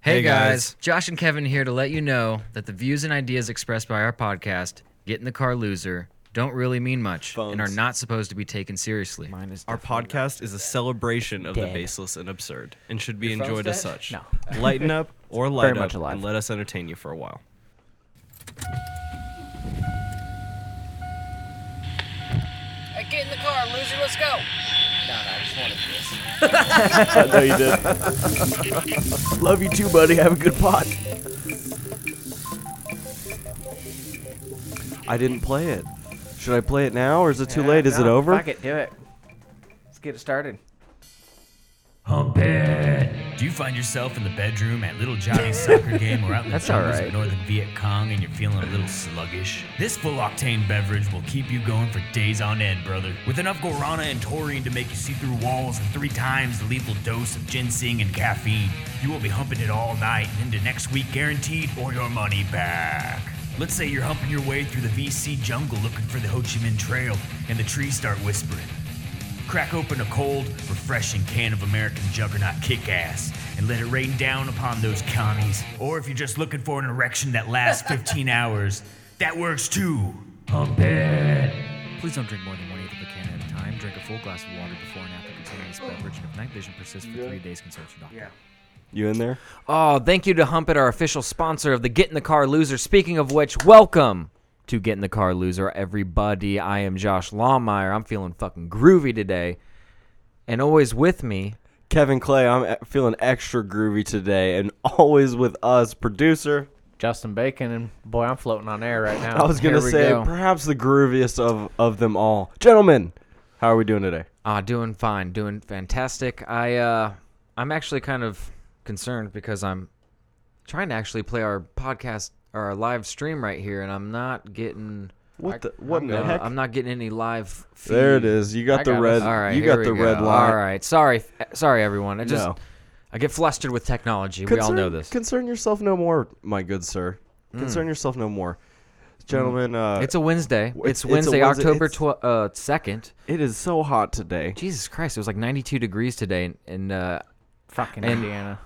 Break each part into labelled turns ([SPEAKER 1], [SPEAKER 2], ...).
[SPEAKER 1] Hey,
[SPEAKER 2] Hey,
[SPEAKER 1] guys.
[SPEAKER 2] guys.
[SPEAKER 1] Josh and Kevin here to let you know that the views and ideas expressed by our podcast, Get in the Car Loser, don't really mean much and are
[SPEAKER 2] Phones.
[SPEAKER 1] not supposed to be taken seriously.
[SPEAKER 3] Mine is
[SPEAKER 2] Our
[SPEAKER 3] definitely-
[SPEAKER 2] podcast is a celebration of the
[SPEAKER 3] Dead.
[SPEAKER 2] baseless and absurd and should be
[SPEAKER 4] Your phone's
[SPEAKER 2] enjoyed as
[SPEAKER 4] dead?
[SPEAKER 2] such.
[SPEAKER 3] No.
[SPEAKER 2] Lighten up or light
[SPEAKER 3] very
[SPEAKER 2] up
[SPEAKER 3] much alive.
[SPEAKER 2] and let us entertain you for a while.
[SPEAKER 4] get in the car, loser, let's go. No, no, I just wanted this.
[SPEAKER 5] I know you did. Love you too, buddy. Have a good pot. I didn't play it. Should I play it now, or is it too
[SPEAKER 3] Yeah,
[SPEAKER 5] late? Is it
[SPEAKER 3] no,
[SPEAKER 5] over?
[SPEAKER 3] Fuck it, do it. Let's get it started.
[SPEAKER 6] Hump it. Do you find yourself in the bedroom at Little Johnny's soccer game or out in the
[SPEAKER 3] That's all
[SPEAKER 6] jungles
[SPEAKER 3] right.
[SPEAKER 6] of northern Viet Cong and you're feeling a little sluggish? This full octane beverage will keep you going for days on end, brother. With enough guarana and taurine to make you see through walls and three times the lethal dose of ginseng and caffeine, you will be humping it all night and into next week guaranteed or your money back. Let's say you're humping your way through the VC jungle looking for the Ho Chi Minh Trail and the trees start whispering. Crack open a cold, refreshing can of American Juggernaut kick ass and let it rain down upon those commies. Or if you're just looking for an erection that lasts 15 hours, that works too. Pump it.
[SPEAKER 1] Please don't drink more than one eighth of a can at a time. Drink a full glass of water before and after consuming
[SPEAKER 4] Oh.
[SPEAKER 1] this beverage. And if night vision persists for three days, consult your doctor.
[SPEAKER 5] You in there?
[SPEAKER 3] Oh, thank you to Humpet, our official sponsor of the Get in the Car Loser. Speaking of which, welcome to Get in the Car Loser, everybody. I am Josh Lawmeyer. I'm feeling fucking groovy today. And always with me,
[SPEAKER 5] Kevin Clay, I'm e- feeling extra groovy today, and always with us, producer.
[SPEAKER 7] Justin Bacon, and boy, I'm floating on air right now.
[SPEAKER 5] I was gonna
[SPEAKER 3] Here we
[SPEAKER 5] say
[SPEAKER 3] go.
[SPEAKER 5] perhaps the grooviest of of them all, gentlemen. How are we doing today?
[SPEAKER 3] Ah, doing fine, doing fantastic. I uh I'm actually kind of concerned because I'm trying to actually play our podcast or our live stream right here and I'm not getting
[SPEAKER 5] What the what in the
[SPEAKER 3] uh,
[SPEAKER 5] heck?
[SPEAKER 3] I'm not getting any live feed.
[SPEAKER 5] there it is. You got
[SPEAKER 7] I
[SPEAKER 5] the
[SPEAKER 7] got it.
[SPEAKER 5] red.
[SPEAKER 3] All right,
[SPEAKER 5] you
[SPEAKER 3] here
[SPEAKER 5] got
[SPEAKER 3] we
[SPEAKER 5] the red
[SPEAKER 3] go.
[SPEAKER 5] line.
[SPEAKER 3] All right. Sorry. f- Sorry everyone. I just
[SPEAKER 5] No.
[SPEAKER 3] I get flustered with technology. we all know this. Mm.
[SPEAKER 5] Concern yourself no more, my good sir. Concern yourself no more, gentlemen. Uh,
[SPEAKER 3] It's a Wednesday.
[SPEAKER 5] w-
[SPEAKER 3] It's,
[SPEAKER 5] it's a
[SPEAKER 3] Wednesday,
[SPEAKER 5] Wednesday.
[SPEAKER 3] October
[SPEAKER 5] It's-
[SPEAKER 3] tw- uh, 2nd.
[SPEAKER 5] it is so hot today.
[SPEAKER 3] Jesus Christ, it was like 92 degrees today and, and uh
[SPEAKER 7] fucking
[SPEAKER 3] And-
[SPEAKER 7] Indiana.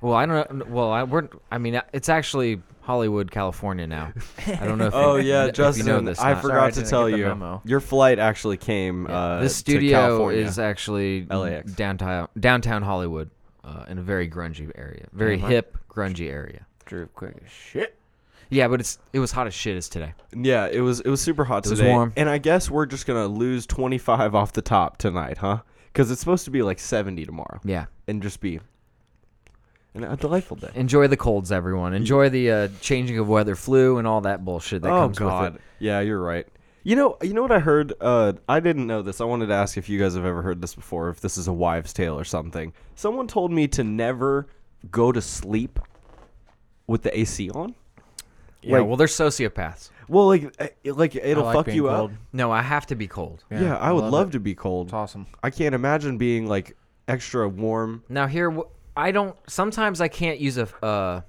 [SPEAKER 3] Well, I don't know. Well, I we're. I mean, it's actually Hollywood, California now. I don't know. if
[SPEAKER 5] Oh
[SPEAKER 3] you-
[SPEAKER 5] yeah,
[SPEAKER 3] if you know
[SPEAKER 5] Justin.
[SPEAKER 3] this or
[SPEAKER 5] I
[SPEAKER 3] not.
[SPEAKER 7] Sorry, I
[SPEAKER 5] forgot to
[SPEAKER 7] didn't
[SPEAKER 5] tell
[SPEAKER 7] get the
[SPEAKER 5] you.
[SPEAKER 7] memo.
[SPEAKER 5] Your flight actually came. Uh,
[SPEAKER 3] This
[SPEAKER 5] to
[SPEAKER 3] studio
[SPEAKER 5] California.
[SPEAKER 3] is actually
[SPEAKER 5] LAX.
[SPEAKER 3] downtown downtown Hollywood, uh, in a very grungy area, very hip grungy area.
[SPEAKER 7] Drew, quick as shit.
[SPEAKER 3] Yeah, but it's it was hot as shit as today.
[SPEAKER 5] Yeah, it was it was super hot
[SPEAKER 3] It was
[SPEAKER 5] today.
[SPEAKER 3] warm.
[SPEAKER 5] And I guess we're just gonna lose twenty five off the top tonight, huh? Because it's supposed to be like seventy tomorrow.
[SPEAKER 3] Yeah,
[SPEAKER 5] and just be an, a delightful day.
[SPEAKER 3] enjoy the colds, everyone. Enjoy the uh, changing of weather, flu, and all that bullshit
[SPEAKER 5] Oh,
[SPEAKER 3] that comes with it.
[SPEAKER 5] Yeah, you're right. You know, you know what I heard. Uh, I didn't know this. I wanted to ask if you guys have ever heard this before. If this is a wives' tale or something. Someone told me to never go to sleep with the AC on.
[SPEAKER 3] Yeah,
[SPEAKER 5] Like-
[SPEAKER 3] well, they're sociopaths.
[SPEAKER 5] Well, like, uh, it- like it'll
[SPEAKER 7] like
[SPEAKER 5] fuck
[SPEAKER 7] being
[SPEAKER 5] you
[SPEAKER 7] cold.
[SPEAKER 5] up.
[SPEAKER 3] No, I have to be cold.
[SPEAKER 5] Yeah, I would love,
[SPEAKER 7] it.
[SPEAKER 5] to be cold.
[SPEAKER 7] It's awesome.
[SPEAKER 5] I can't imagine being like extra warm.
[SPEAKER 3] Now here, wh- I don't. Sometimes I can't use a. Uh,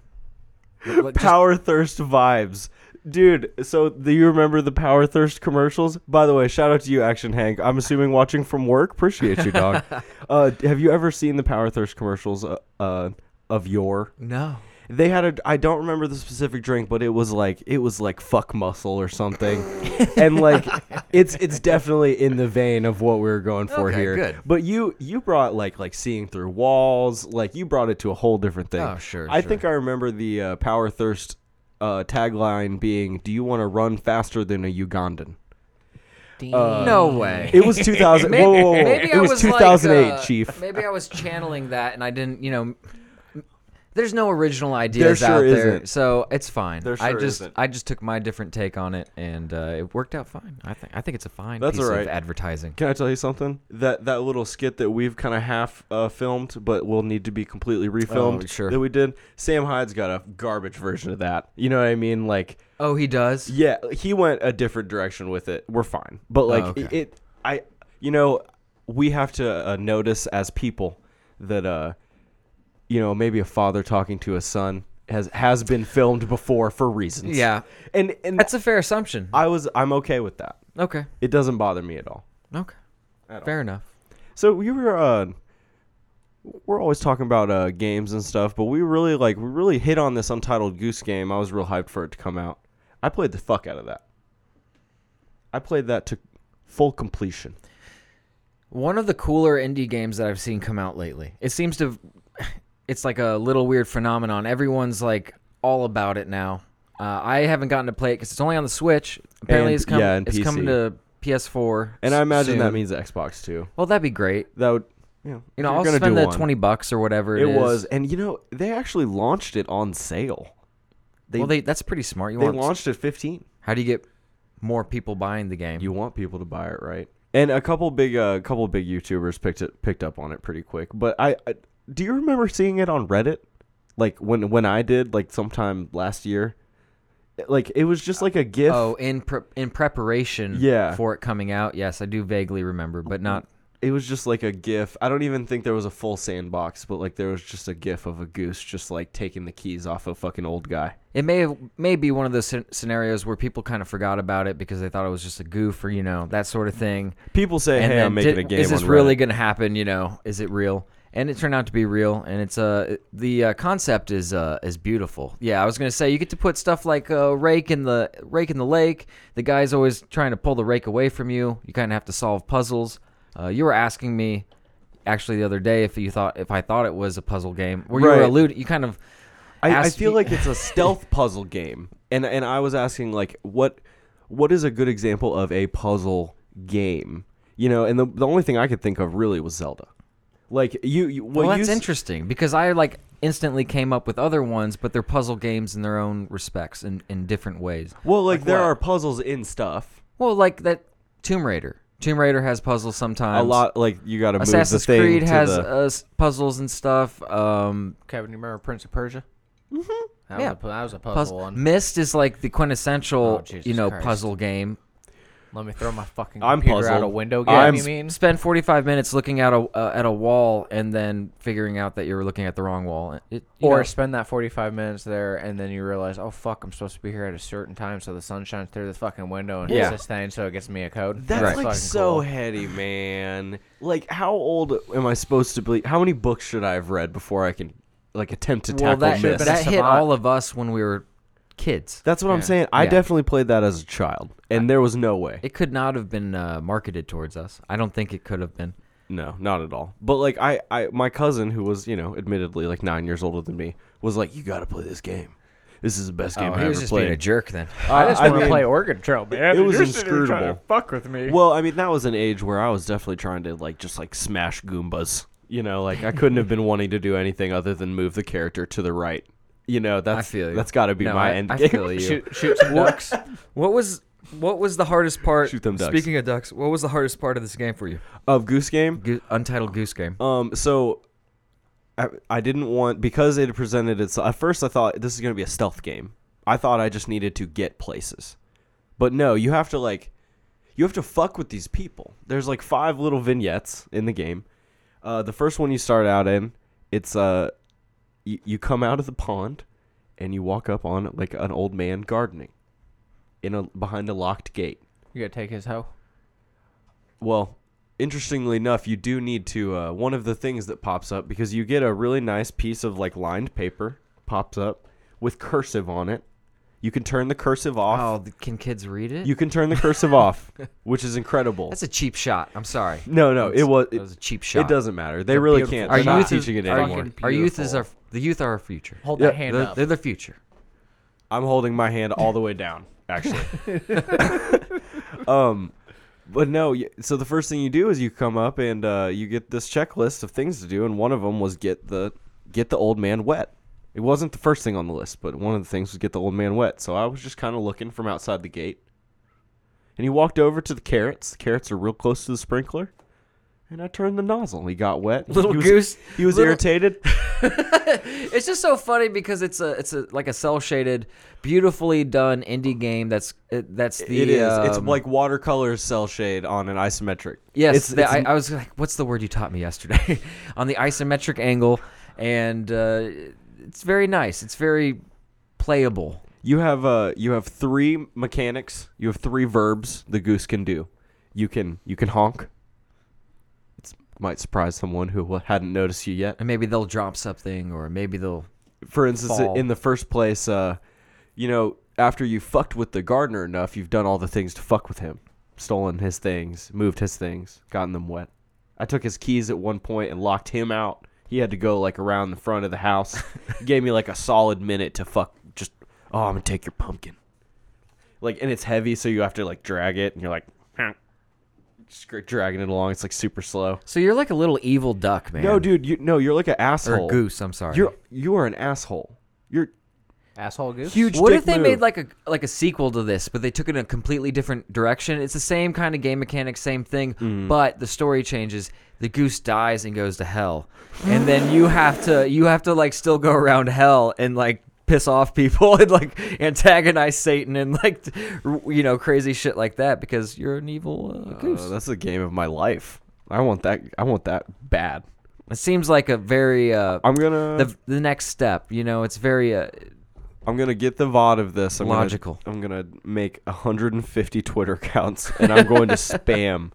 [SPEAKER 3] l- l- just-
[SPEAKER 5] Power thirst vibes. Dude, so do you remember the Power Thirst commercials? By the way, shout out to you, Action Hank. I'm assuming watching from work. Appreciate you, dog. uh, have you ever seen the Power Thirst commercials uh, uh, of yore?
[SPEAKER 3] no.
[SPEAKER 5] They had a. I don't remember the specific drink, but it was like it was like fuck muscle or something, and like it's it's definitely in the vein of what we were going for
[SPEAKER 3] Okay,
[SPEAKER 5] here.
[SPEAKER 3] good.
[SPEAKER 5] But you you brought like like seeing through walls, like you brought it to a whole different thing.
[SPEAKER 3] Oh, sure,
[SPEAKER 5] I
[SPEAKER 3] sure.
[SPEAKER 5] think I remember the uh, Power Thirst uh, tagline being, "Do you want to run faster than a Ugandan?"
[SPEAKER 3] no way.
[SPEAKER 5] It was 2000. whoa, whoa, whoa!
[SPEAKER 3] Maybe
[SPEAKER 5] it
[SPEAKER 3] I
[SPEAKER 5] was,
[SPEAKER 3] was
[SPEAKER 5] 2008,
[SPEAKER 3] like, uh,
[SPEAKER 5] Chief.
[SPEAKER 3] Maybe I was channeling that, and I didn't. You know, m- there's no original
[SPEAKER 5] There
[SPEAKER 3] ideas
[SPEAKER 5] sure
[SPEAKER 3] out there,
[SPEAKER 5] isn't.
[SPEAKER 3] so it's fine.
[SPEAKER 5] There
[SPEAKER 3] I
[SPEAKER 5] sure
[SPEAKER 3] just
[SPEAKER 5] isn't.
[SPEAKER 3] I just took my different take on it, and uh, it worked out fine. I think I think it's a fine
[SPEAKER 5] That's
[SPEAKER 3] piece
[SPEAKER 5] all
[SPEAKER 3] of
[SPEAKER 5] right.
[SPEAKER 3] advertising.
[SPEAKER 5] Can I tell you something? That that little skit that we've kind of half uh, filmed, but will need to be completely refilmed.
[SPEAKER 3] Oh, sure.
[SPEAKER 5] That we did. Sam Hyde's got a garbage version of that. You know what I mean? Like,
[SPEAKER 3] Oh, he does.
[SPEAKER 5] yeah, he went a different direction with it. We're fine, but like
[SPEAKER 3] Oh, okay.
[SPEAKER 5] it, it, I, you know, we have to uh, notice as people that uh, you know, maybe a father talking to a son has has been filmed before for reasons.
[SPEAKER 3] Yeah.
[SPEAKER 5] and and
[SPEAKER 3] That's a fair assumption.
[SPEAKER 5] I was I'm okay with that.
[SPEAKER 3] Okay.
[SPEAKER 5] It doesn't bother me at all.
[SPEAKER 3] Okay. Fair enough.
[SPEAKER 5] So you were uh, we're always talking about uh, games and stuff, but we really like we really hit on this Untitled Goose Game. I was real hyped for it to come out. I played the fuck out of that. I played that to full completion.
[SPEAKER 3] One of the cooler indie games that I've seen come out lately. It seems to, it's like a little weird phenomenon. Everyone's like all about it now. Uh, I haven't gotten to play it because it's only on the Switch. Apparently,
[SPEAKER 5] And-
[SPEAKER 3] it's coming.
[SPEAKER 5] yeah, and
[SPEAKER 3] it's coming
[SPEAKER 5] PC.
[SPEAKER 3] to PS4.
[SPEAKER 5] And I imagine
[SPEAKER 3] soon.
[SPEAKER 5] that means Xbox too.
[SPEAKER 3] Well, that'd be great.
[SPEAKER 5] That would you know,
[SPEAKER 3] You know,
[SPEAKER 5] you're
[SPEAKER 3] I'll
[SPEAKER 5] gonna
[SPEAKER 3] spend
[SPEAKER 5] do
[SPEAKER 3] the
[SPEAKER 5] one.
[SPEAKER 3] twenty bucks or whatever.
[SPEAKER 5] It
[SPEAKER 3] is.
[SPEAKER 5] was, and you know they actually launched it on sale. They
[SPEAKER 3] well,
[SPEAKER 5] they,
[SPEAKER 3] they that's pretty smart. You want
[SPEAKER 5] launched at fifteen.
[SPEAKER 3] How do you get more people buying the game?
[SPEAKER 5] You want people to buy it, right? And a couple big, uh, couple big YouTubers picked it picked up on it pretty quick. But I, I do you remember seeing it on Reddit? Like when when I did, like sometime last year, like it was just like a GIF.
[SPEAKER 3] oh, in pre- in preparation
[SPEAKER 5] Yeah.
[SPEAKER 3] for it coming out. Yes, I do vaguely remember, but not.
[SPEAKER 5] It was just like a GIF. I don't even think there was a full sandbox, but like there was just a GIF of a goose just like taking the keys off a fucking old guy.
[SPEAKER 3] It may have, may be one of those scen- scenarios where people kind of forgot about it because they thought it was just a goof or you know that sort of thing.
[SPEAKER 5] People say,
[SPEAKER 3] and
[SPEAKER 5] "Hey,
[SPEAKER 3] then
[SPEAKER 5] I'm making
[SPEAKER 3] did-
[SPEAKER 5] a game."
[SPEAKER 3] Is this
[SPEAKER 5] on
[SPEAKER 3] really
[SPEAKER 5] Reddit.
[SPEAKER 3] going to happen? You know, is it real? And it turned out to be real. And it's uh the uh, concept is uh is beautiful. Yeah, I was going to say you get to put stuff like uh, rake in the rake in the lake. The guy's always trying to pull the rake away from you. You kind of have to solve puzzles. Uh, you were asking me actually the other day if you thought if I thought it was a puzzle game. Where you were
[SPEAKER 5] Right.
[SPEAKER 3] alluding, you kind of.
[SPEAKER 5] I, I
[SPEAKER 3] asked
[SPEAKER 5] feel
[SPEAKER 3] me-
[SPEAKER 5] like it's a stealth puzzle game, and and I was asking like what what is a good example of a puzzle game? You know, and the the only thing I could think of really was Zelda. Like you, you what
[SPEAKER 3] Well,
[SPEAKER 5] you
[SPEAKER 3] that's
[SPEAKER 5] s-
[SPEAKER 3] interesting because I like instantly came up with other ones, but they're puzzle games in their own respects in, in different ways.
[SPEAKER 5] Well, like, there are puzzles in stuff.
[SPEAKER 3] Well, like that Tomb Raider. Tomb Raider has puzzles sometimes.
[SPEAKER 5] A lot like you got to move the
[SPEAKER 3] Assassin's
[SPEAKER 5] thing
[SPEAKER 3] Creed
[SPEAKER 5] to
[SPEAKER 3] has
[SPEAKER 5] the.
[SPEAKER 3] uh, s- puzzles and stuff. Um,
[SPEAKER 7] Kevin, you remember Prince of Persia? Mm-hmm. That,
[SPEAKER 3] Yeah.
[SPEAKER 7] was a, pu- that was a puzzle
[SPEAKER 3] puzz-
[SPEAKER 7] one.
[SPEAKER 3] Mist is like the
[SPEAKER 7] Oh,
[SPEAKER 3] quintessential,
[SPEAKER 7] Jesus
[SPEAKER 3] you know,
[SPEAKER 7] Christ.
[SPEAKER 3] puzzle game.
[SPEAKER 7] Let me throw my fucking
[SPEAKER 5] I'm
[SPEAKER 7] computer out a
[SPEAKER 5] puzzled.
[SPEAKER 7] window. Game,
[SPEAKER 5] I'm
[SPEAKER 7] you
[SPEAKER 5] s-
[SPEAKER 7] mean?
[SPEAKER 3] Spend 45 minutes looking at a uh, at a wall and then figuring out that you're looking at the wrong wall. It, you
[SPEAKER 7] Or
[SPEAKER 3] know,
[SPEAKER 7] spend that 45 minutes there and then you realize, oh, fuck, I'm supposed to be here at a certain time so the sun shines through the fucking window and
[SPEAKER 3] Yeah.
[SPEAKER 7] hits this thing so it gets me a code.
[SPEAKER 5] That's
[SPEAKER 7] Right.
[SPEAKER 5] like
[SPEAKER 7] Fucking
[SPEAKER 5] so
[SPEAKER 7] cool.
[SPEAKER 5] heady, man. Like, how old am I supposed to be? How many books should I have read before I can, like, attempt to
[SPEAKER 3] well,
[SPEAKER 5] tackle
[SPEAKER 3] that,
[SPEAKER 5] this?
[SPEAKER 7] been a
[SPEAKER 3] that hit
[SPEAKER 7] savant.
[SPEAKER 3] all of us when we were kids.
[SPEAKER 5] That's what I'm saying. I
[SPEAKER 3] Yeah.
[SPEAKER 5] definitely played that as a child, and there was no way.
[SPEAKER 3] It could not have been uh, marketed towards us. I don't think it could have been.
[SPEAKER 5] No, not at all. But like I, I my cousin who was, you know, admittedly like nine years older than me, was like, You gotta play this game. This is the best
[SPEAKER 3] Oh,
[SPEAKER 5] game I ever played.
[SPEAKER 3] jerk then.
[SPEAKER 7] I just
[SPEAKER 5] I
[SPEAKER 7] want to
[SPEAKER 5] mean,
[SPEAKER 7] play Oregon Trail, man.
[SPEAKER 5] it was
[SPEAKER 7] You're sitting here trying to
[SPEAKER 5] inscrutable.
[SPEAKER 7] Fuck with me.
[SPEAKER 5] Well, I mean, that was an age where I was definitely trying to like just like smash Goombas. You know, like I couldn't have been wanting to do anything other than move the character to the right. You know, that's
[SPEAKER 3] feel you.
[SPEAKER 5] that's gotta be
[SPEAKER 3] No,
[SPEAKER 5] my
[SPEAKER 3] I-
[SPEAKER 5] end
[SPEAKER 3] I
[SPEAKER 5] game.
[SPEAKER 3] feel you.
[SPEAKER 7] shoot, shoot some ducks.
[SPEAKER 3] What was what was the hardest part?
[SPEAKER 5] Shoot them ducks.
[SPEAKER 3] Speaking of ducks, what was the hardest part of this game for you?
[SPEAKER 5] Of Goose Game.
[SPEAKER 3] Go- Untitled Goose Game.
[SPEAKER 5] Um, so I, I didn't want because it presented itself. At first, I thought this is gonna be a stealth game. I thought I just needed to get places, but no, you have to like, you have to fuck with these people. There's like five little vignettes in the game. Uh, the first one you start out in, it's uh, you, you come out of the pond, and you walk up on like an old man gardening, in a behind a locked gate.
[SPEAKER 7] You gotta take his hoe.
[SPEAKER 5] Well, interestingly enough, you do need to. Uh, one of the things that pops up because you get a really nice piece of like lined paper pops up with cursive on it. You can turn the cursive
[SPEAKER 3] Oh,
[SPEAKER 5] off.
[SPEAKER 3] th- can kids read it?
[SPEAKER 5] You can turn the cursive off, which is incredible.
[SPEAKER 3] That's a cheap shot. I'm sorry.
[SPEAKER 5] no, no, it was.
[SPEAKER 3] That
[SPEAKER 5] It,
[SPEAKER 3] was a cheap shot.
[SPEAKER 5] it doesn't matter. They really
[SPEAKER 7] beautiful
[SPEAKER 5] can't.
[SPEAKER 3] Our
[SPEAKER 5] They're not
[SPEAKER 3] youth is-
[SPEAKER 5] teaching it
[SPEAKER 7] our
[SPEAKER 5] anymore.
[SPEAKER 7] fucking
[SPEAKER 3] Our youth is our
[SPEAKER 7] beautiful.
[SPEAKER 3] the youth are our future.
[SPEAKER 7] Hold
[SPEAKER 5] Yeah,
[SPEAKER 7] that hand
[SPEAKER 3] They're,
[SPEAKER 7] up.
[SPEAKER 3] they're the future.
[SPEAKER 5] I'm holding my hand all the way down, actually. um, but no, y- so the first thing you do is you come up and uh, you get this checklist of things to do, and one of them was get the get the old man wet. It wasn't the first thing on the list, but one of the things was get the old man wet. So I was just kind of looking from outside the gate, and he walked over to the carrots. The carrots are real close to the sprinkler, and I turned the nozzle. He got wet.
[SPEAKER 3] Little
[SPEAKER 5] he was,
[SPEAKER 3] goose.
[SPEAKER 5] He was
[SPEAKER 3] Little-
[SPEAKER 5] irritated.
[SPEAKER 3] It's just so funny because it's a it's a like a cell shaded, beautifully done indie game. That's it, that's the
[SPEAKER 5] it is. it's
[SPEAKER 3] um,
[SPEAKER 5] like watercolor cell shade on an isometric.
[SPEAKER 3] Yes,
[SPEAKER 5] It's-
[SPEAKER 3] the-
[SPEAKER 5] it's
[SPEAKER 3] I, I was like, "What's the word you taught me yesterday?" on the isometric angle, and uh, it's very nice. It's very playable.
[SPEAKER 5] You have uh you have three mechanics. You have three verbs the goose can do. You can you can honk. It's might surprise someone who hadn't noticed you yet.
[SPEAKER 3] And maybe they'll drop something, or maybe they'll.
[SPEAKER 5] For instance,
[SPEAKER 3] Fall.
[SPEAKER 5] in the first place, uh, you know, after you fucked with the gardener enough, you've done all the things to fuck with him, stolen his things, moved his things, gotten them wet. I took his keys at one point and locked him out. He had to go like around the front of the house. Gave me like a solid minute to fuck. Just oh, I'm gonna take your pumpkin. Like and it's heavy, so you have to like drag it, and you're like, just dragging it along. It's like super slow.
[SPEAKER 3] So you're like a little evil duck, man.
[SPEAKER 5] No, dude, you no, you're like an asshole.
[SPEAKER 3] Or goose. I'm sorry.
[SPEAKER 5] You're you are an asshole. You're
[SPEAKER 7] Asshole goose.
[SPEAKER 5] huge.
[SPEAKER 3] what
[SPEAKER 5] dick
[SPEAKER 3] if they
[SPEAKER 5] move.
[SPEAKER 3] made like a like a sequel to this, but they took it in a completely different direction? It's the same kind of game mechanic, same thing,
[SPEAKER 5] Mm.
[SPEAKER 3] but the story changes. The goose dies and goes to hell, and then you have to you have to like still go around hell and like piss off people and like antagonize Satan and like t- you know crazy shit like that because you're an evil uh, goose.
[SPEAKER 5] Oh, that's the game of my life. I want that. I want that bad.
[SPEAKER 3] It seems like a very uh,
[SPEAKER 5] I'm gonna.
[SPEAKER 3] the the next step. You know, it's very uh,
[SPEAKER 5] I'm gonna get the vod of this. I'm
[SPEAKER 3] Logical.
[SPEAKER 5] Gonna, I'm gonna make 150 Twitter accounts, and I'm going to spam.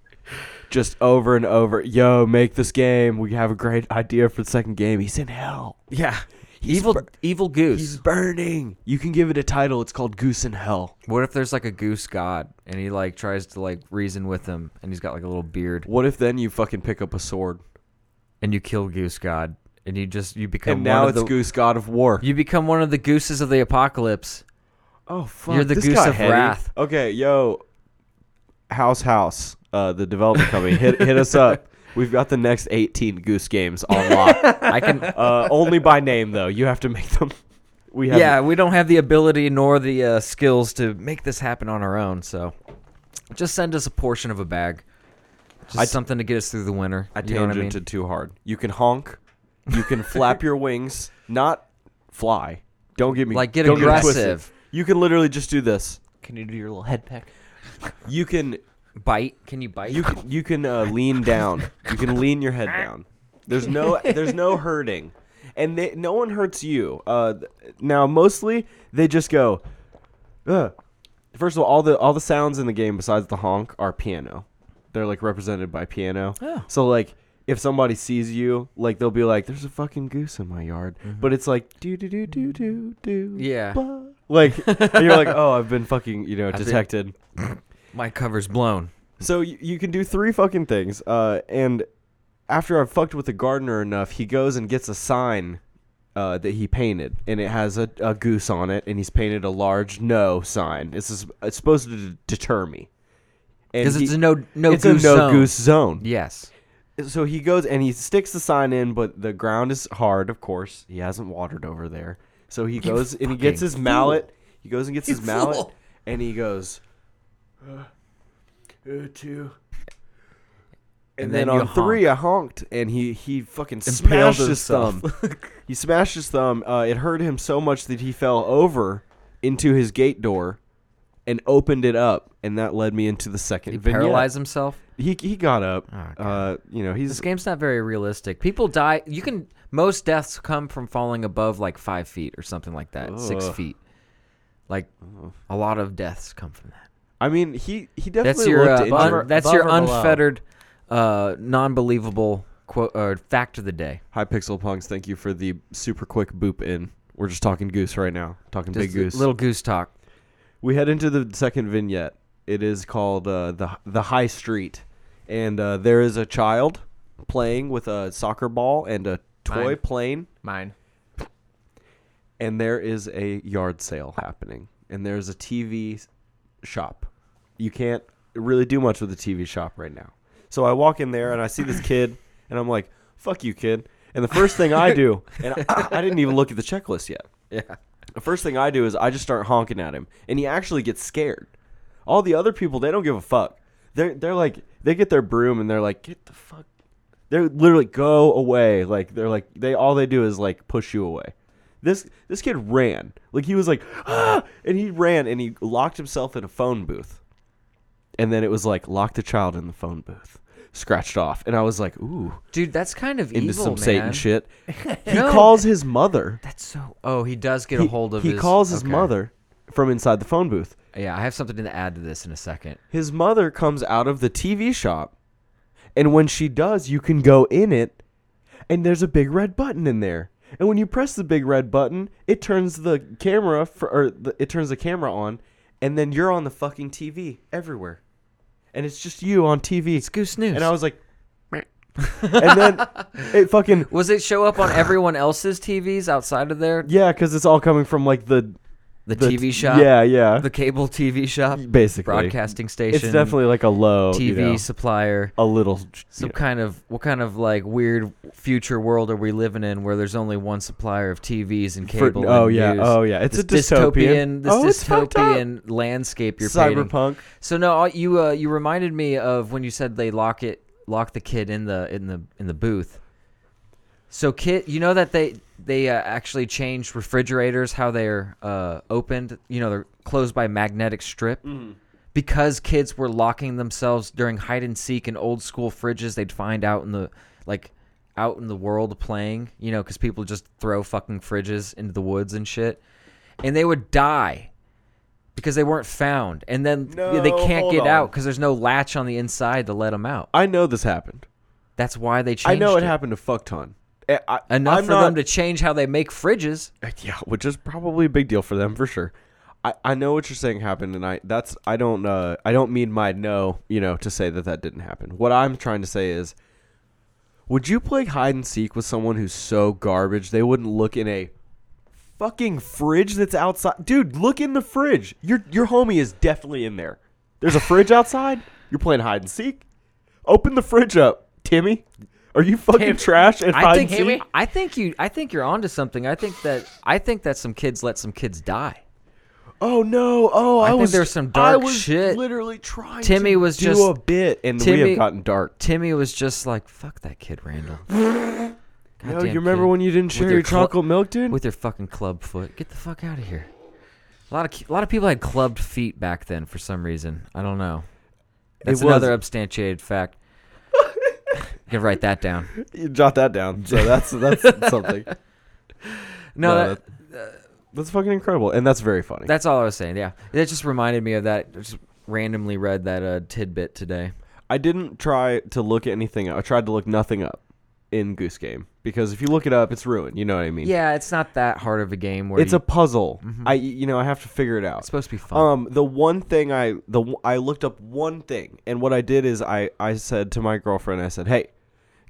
[SPEAKER 5] Just over and over, yo, make this game. We have a great idea for the second game. He's in hell.
[SPEAKER 3] yeah
[SPEAKER 5] He's
[SPEAKER 3] evil
[SPEAKER 5] bur-
[SPEAKER 3] evil goose.
[SPEAKER 5] He's burning. You can give it a title. It's called Goose in Hell.
[SPEAKER 3] What if there's like a goose god and he like tries to like reason with him and he's got like a little beard
[SPEAKER 5] What if then you fucking pick up a sword?
[SPEAKER 3] and you kill goose god and you just you become
[SPEAKER 5] And
[SPEAKER 3] one
[SPEAKER 5] now
[SPEAKER 3] of
[SPEAKER 5] it's
[SPEAKER 3] the,
[SPEAKER 5] Goose God of War.
[SPEAKER 3] you become one of the gooses of the apocalypse.
[SPEAKER 5] Oh fuck!
[SPEAKER 3] You're the
[SPEAKER 5] this
[SPEAKER 3] goose
[SPEAKER 5] got
[SPEAKER 3] of
[SPEAKER 5] heady.
[SPEAKER 3] wrath.
[SPEAKER 5] Okay, yo, House House, uh, the development company, hit hit us up. We've got the next 18 Goose games on lock.
[SPEAKER 3] I can
[SPEAKER 5] uh, only by name though. You have to make them. We have
[SPEAKER 3] Yeah, we don't have the ability nor the uh, skills to make this happen on our own, so just send us a portion of a bag. Just
[SPEAKER 5] I-
[SPEAKER 3] something to get us through the winter.
[SPEAKER 5] I
[SPEAKER 3] you know what I
[SPEAKER 5] tangented
[SPEAKER 3] mean?
[SPEAKER 5] too hard. You can honk. You can flap your wings, not fly. Don't get me
[SPEAKER 3] Like, get
[SPEAKER 5] don't me twisted.
[SPEAKER 3] aggressive.
[SPEAKER 5] You can literally just do this.
[SPEAKER 7] Can you do your little head peck?
[SPEAKER 5] You can
[SPEAKER 3] Bite? Can you bite?
[SPEAKER 5] You can, you can uh, lean down. You can lean your head down. There's no there's no hurting, and they, no one hurts you. Uh, th- now mostly they just go. Ugh. First of all, all the all the sounds in the game besides the honk are piano. They're like represented by piano.
[SPEAKER 3] Oh.
[SPEAKER 5] So like if somebody sees you, like they'll be like, "There's a fucking goose in my yard," but it's like do do do do do do.
[SPEAKER 3] Mm-hmm. Yeah.
[SPEAKER 5] blah. Like and you're like, oh, I've been fucking you know
[SPEAKER 3] been-
[SPEAKER 5] detected.
[SPEAKER 3] My cover's blown.
[SPEAKER 5] So you, you can do three fucking things. Uh, and after I've fucked with the gardener enough, he goes and gets a sign uh, that he painted, and it has a, a goose on it, and he's painted a large no sign. It's just- it's supposed to d- deter me. And
[SPEAKER 3] Because it's
[SPEAKER 5] he-
[SPEAKER 3] a no no
[SPEAKER 5] it's
[SPEAKER 3] goose
[SPEAKER 5] a no
[SPEAKER 3] zone.
[SPEAKER 5] goose zone.
[SPEAKER 3] Yes.
[SPEAKER 5] So he goes and he sticks the sign in, but the ground is hard. Of course, he hasn't watered over there. So he goes and he gets his mallet. He goes and gets his mallet, and he goes. Uh, uh, two. And,
[SPEAKER 3] And
[SPEAKER 5] then,
[SPEAKER 3] then you
[SPEAKER 5] on three, I honked, and he he fucking
[SPEAKER 3] Impaled
[SPEAKER 5] smashed his
[SPEAKER 3] himself.
[SPEAKER 5] thumb. he smashed his thumb. Uh, it hurt him so much that he fell over into his gate door, and opened it up, and that led me into the second.
[SPEAKER 3] He
[SPEAKER 5] vignette.
[SPEAKER 3] paralyzed himself.
[SPEAKER 5] He he got up.
[SPEAKER 3] Oh, God.
[SPEAKER 5] uh, you know he's
[SPEAKER 3] This game's not very realistic. People die. You can most deaths come from falling above like five feet or something like that, six
[SPEAKER 5] Ugh.
[SPEAKER 3] feet. Like a lot of deaths come from that.
[SPEAKER 5] I mean, he he
[SPEAKER 3] That's
[SPEAKER 5] definitely
[SPEAKER 3] your
[SPEAKER 5] looked
[SPEAKER 3] uh,
[SPEAKER 5] into
[SPEAKER 3] un-
[SPEAKER 5] it.
[SPEAKER 7] or-
[SPEAKER 3] that's
[SPEAKER 7] above
[SPEAKER 3] your
[SPEAKER 7] or below?
[SPEAKER 3] unfettered, uh, non-believable quote or fact of the day.
[SPEAKER 5] Hi, Pixel Punks. Thank you for the super quick boop in. We're just talking goose right now. Talking big
[SPEAKER 3] Just
[SPEAKER 5] goose.
[SPEAKER 3] Little goose talk.
[SPEAKER 5] We head into the second vignette. It is called uh, the the High Street, and uh, there is a child playing with a soccer ball and a toy
[SPEAKER 7] Mine.
[SPEAKER 5] plane,
[SPEAKER 7] Mine.
[SPEAKER 5] and there is a yard sale happening, and there's a TV shop. You can't really do much with the TV shop right now. So I walk in there and I see this kid, and I'm like, "Fuck you, kid!" And the first thing I do, and I, I didn't even look at the checklist yet.
[SPEAKER 3] Yeah.
[SPEAKER 5] The first thing I do is I just start honking at him, and he actually gets scared. All the other people, they don't give a fuck. They're they're like they get their broom and they're like, get the fuck. They're literally go away. Like they're like they all they do is like push you away. This this kid ran like he was like ah, and he ran and he locked himself in a phone booth, and then it was like lock the child in the phone booth, scratched off, and I was like ooh
[SPEAKER 3] Dude, that's kind of
[SPEAKER 5] into
[SPEAKER 3] evil,
[SPEAKER 5] some
[SPEAKER 3] man.
[SPEAKER 5] Satan shit. He
[SPEAKER 3] No.
[SPEAKER 5] calls his mother
[SPEAKER 3] That's so. Oh, he does get
[SPEAKER 5] he,
[SPEAKER 3] a hold of.
[SPEAKER 5] he
[SPEAKER 3] his,
[SPEAKER 5] calls his
[SPEAKER 3] okay.
[SPEAKER 5] mother from inside the phone booth
[SPEAKER 3] Yeah, I have something to add to this in a second.
[SPEAKER 5] his mother comes out of the tv shop And when she does, you can go in it, and there's a big red button in there. And when you press the big red button, it turns the camera for, or the, it turns the camera on, and then you're on the fucking TV everywhere, and it's just you on TV.
[SPEAKER 3] It's Goose News.
[SPEAKER 5] And I was like, "Meh." and then it fucking
[SPEAKER 3] was it show up on everyone else's TVs outside of there?
[SPEAKER 5] yeah, because it's all coming from like the
[SPEAKER 3] The,
[SPEAKER 5] the
[SPEAKER 3] TV shop?
[SPEAKER 5] Yeah, yeah.
[SPEAKER 3] The cable TV shop?
[SPEAKER 5] Basically.
[SPEAKER 3] Broadcasting station?
[SPEAKER 5] it's definitely like a low
[SPEAKER 3] TV
[SPEAKER 5] you know,
[SPEAKER 3] supplier.
[SPEAKER 5] a little.
[SPEAKER 3] Some kind of what kind of like weird future world are we living in where there's only one supplier of TVs and
[SPEAKER 5] For-
[SPEAKER 3] cable?
[SPEAKER 5] oh
[SPEAKER 3] and
[SPEAKER 5] yeah,
[SPEAKER 3] news?
[SPEAKER 5] oh yeah. It's a
[SPEAKER 3] This
[SPEAKER 5] dystopian.
[SPEAKER 3] this
[SPEAKER 5] Oh, it's fucked up.
[SPEAKER 3] dystopian landscape you're painting.
[SPEAKER 5] cyberpunk.
[SPEAKER 3] So no, all- you uh, you reminded me of when you said they lock it, lock the kid in the in the in the booth. So kid, you know that they they uh, actually changed refrigerators how they're uh, opened. You know they're closed by magnetic strip.
[SPEAKER 5] Mm-hmm.
[SPEAKER 3] Because kids were locking themselves during hide and seek in old school fridges, they'd find out in the like out in the world playing. You know, because people just throw fucking fridges into the woods and shit, and they would die because they weren't found, and then
[SPEAKER 5] No,
[SPEAKER 3] they can't
[SPEAKER 5] hold
[SPEAKER 3] get
[SPEAKER 5] on.
[SPEAKER 3] out because there's no latch on the inside to let them out.
[SPEAKER 5] I know this happened.
[SPEAKER 3] That's why they changed.
[SPEAKER 5] I know it
[SPEAKER 3] it.
[SPEAKER 5] happened a fuck ton. I, I-
[SPEAKER 3] Enough
[SPEAKER 5] I'm
[SPEAKER 3] for
[SPEAKER 5] not-
[SPEAKER 3] them to change how they make fridges.
[SPEAKER 5] Yeah, which is probably a big deal for them for sure. I, I know what you're saying happened, and I that's I don't uh I don't mean my no you know to say that that didn't happen. What I'm trying to say is, would you play hide and seek with someone who's so garbage they wouldn't look in a fucking fridge that's outside? Dude, look in the fridge. Your your homie is definitely in there. There's a fridge outside. You're playing hide and seek. Open the fridge up, Timmy. Are you fucking trash at
[SPEAKER 3] I
[SPEAKER 5] hide
[SPEAKER 3] think
[SPEAKER 5] and seek?
[SPEAKER 3] I think you I think you're onto something. I think that I think that some kids let some kids die.
[SPEAKER 5] Oh no! Oh, I,
[SPEAKER 3] think
[SPEAKER 5] was.
[SPEAKER 3] there's some
[SPEAKER 5] I
[SPEAKER 3] dark
[SPEAKER 5] was
[SPEAKER 3] shit.
[SPEAKER 5] Literally trying.
[SPEAKER 3] Timmy
[SPEAKER 5] to
[SPEAKER 3] was
[SPEAKER 5] do
[SPEAKER 3] just-
[SPEAKER 5] a bit, and we
[SPEAKER 3] Timmy-
[SPEAKER 5] have gotten dark.
[SPEAKER 3] Timmy was just like, "Fuck that kid, Randall."
[SPEAKER 5] No,
[SPEAKER 3] Goddamn
[SPEAKER 5] you remember
[SPEAKER 3] kid.
[SPEAKER 5] when you didn't share
[SPEAKER 3] your
[SPEAKER 5] your
[SPEAKER 3] clo-
[SPEAKER 5] chocolate milk, dude?
[SPEAKER 3] with your fucking club foot? Get the fuck out of here. A lot of ki- a lot of people had clubbed feet back then for some reason. I don't know. That's
[SPEAKER 5] It was-
[SPEAKER 3] another substantiated fact. you can write that down.
[SPEAKER 5] you jot that down. So that's that's something.
[SPEAKER 3] No, that,
[SPEAKER 5] that's fucking incredible, and that's very funny.
[SPEAKER 3] that's all I was saying. Yeah, that just reminded me of that. I Just randomly read that uh, tidbit today.
[SPEAKER 5] I didn't try to look anything. up. I tried to look nothing up in Goose Game because if you look it up, it's ruined. You know what I mean?
[SPEAKER 3] Yeah, it's not that hard of a game. Where
[SPEAKER 5] It's
[SPEAKER 3] you,
[SPEAKER 5] a puzzle. I you know I have to figure it out.
[SPEAKER 3] it's supposed to be fun.
[SPEAKER 5] Um, the one thing I the w- I looked up one thing, and what I did is I I said to my girlfriend, I said, "Hey,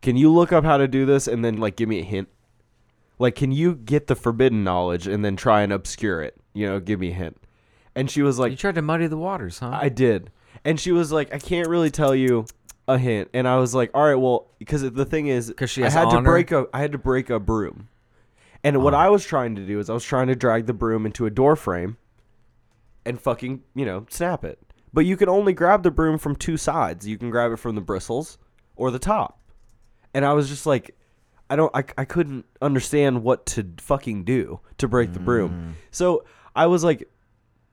[SPEAKER 5] can you look up how to do this, and then like give me a hint? Like, can you get the forbidden knowledge and then try and obscure it? You know, give me a hint." And she was
[SPEAKER 3] you
[SPEAKER 5] like,
[SPEAKER 3] tried to muddy the waters, huh?
[SPEAKER 5] "I did," and she was like, "I can't really tell you a hint," and I was like, "All right, well, because the thing is,
[SPEAKER 3] 'Cause she
[SPEAKER 5] I
[SPEAKER 3] has
[SPEAKER 5] had to
[SPEAKER 3] honor? Uh-huh.
[SPEAKER 5] break a I had to break a broom." And what I was trying to do is I was trying to drag the broom into a door frame and fucking, you know, snap it. But you can only grab the broom from two sides. You can grab it from the bristles or the top. And I was just like, I don't, I, I couldn't understand what to fucking do to break the
[SPEAKER 3] Mm.
[SPEAKER 5] broom. So I was like,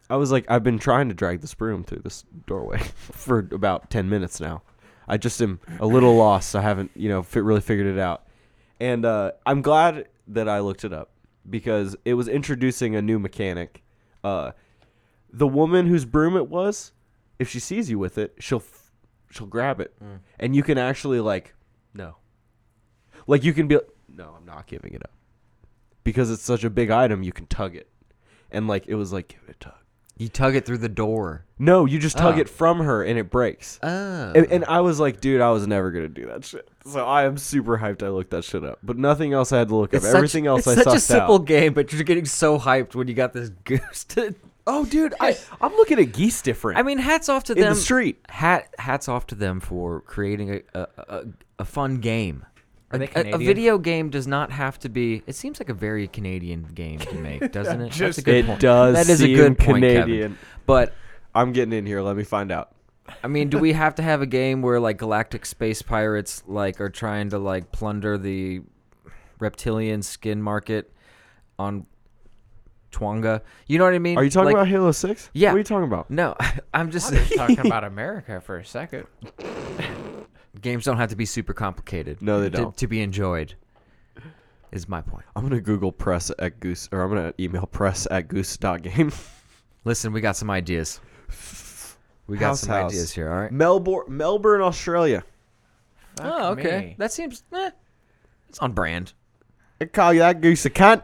[SPEAKER 5] I was like, I've been trying to drag this broom through this doorway for about 10 minutes now. I just am a little lost. I haven't, you know, fi- really figured it out. And uh, I'm glad that I looked it up because it was introducing a new mechanic. Uh, the woman whose broom it was, if she sees you with it, she'll f- she'll grab it, and you can actually like no, like you can be like, no, I'm not giving it up because it's such a big item. You can tug it, and like it was like give it a tug.
[SPEAKER 3] you tug it through the door.
[SPEAKER 5] No, you just tug
[SPEAKER 3] Oh.
[SPEAKER 5] it from her and it breaks.
[SPEAKER 3] Oh.
[SPEAKER 5] And, and I was like, dude, I was never gonna do that shit. So I am super hyped. I looked that shit up, but nothing else I had to look up. Everything else
[SPEAKER 3] it's
[SPEAKER 5] I
[SPEAKER 3] such
[SPEAKER 5] sucked
[SPEAKER 3] a simple
[SPEAKER 5] out.
[SPEAKER 3] game, but you're getting so hyped when you got this goose. To,
[SPEAKER 5] Oh, dude, I, I'm looking at geese different.
[SPEAKER 3] I mean, hats off to
[SPEAKER 5] in
[SPEAKER 3] them.
[SPEAKER 5] the street.
[SPEAKER 3] Hat hats off to them for creating a a, a, a fun game.
[SPEAKER 7] Are they
[SPEAKER 3] A- a, a
[SPEAKER 7] Canadian?
[SPEAKER 3] video game does not have to be. It seems like a very Canadian game to make, doesn't it? That's a
[SPEAKER 5] it does.
[SPEAKER 3] That is a
[SPEAKER 5] seem
[SPEAKER 3] good point, Kevin.
[SPEAKER 5] Canadian.
[SPEAKER 3] But
[SPEAKER 5] I'm getting in here. Let me find out.
[SPEAKER 3] I mean, do we have to have a game where like galactic space pirates like are trying to like plunder the reptilian skin market on Twanga? You know what I mean?
[SPEAKER 5] Are you talking
[SPEAKER 3] Like-
[SPEAKER 5] about Halo Six?
[SPEAKER 3] Yeah.
[SPEAKER 5] What are you talking about?
[SPEAKER 3] No, I'm just
[SPEAKER 7] talking about America for a second.
[SPEAKER 3] games don't have to be super complicated.
[SPEAKER 5] No, they
[SPEAKER 3] to-
[SPEAKER 5] don't.
[SPEAKER 3] To, be enjoyed is my point.
[SPEAKER 5] I'm gonna Google press at goose, or I'm gonna email press at goose dot game.
[SPEAKER 3] Listen, we got some ideas. We got some ideas here. All right.
[SPEAKER 5] Melbourne, Melbourne, Australia.
[SPEAKER 7] Fuck
[SPEAKER 3] Oh, okay.
[SPEAKER 7] me.
[SPEAKER 3] That seems. Eh, it's on brand.
[SPEAKER 5] I call you that goose a cunt.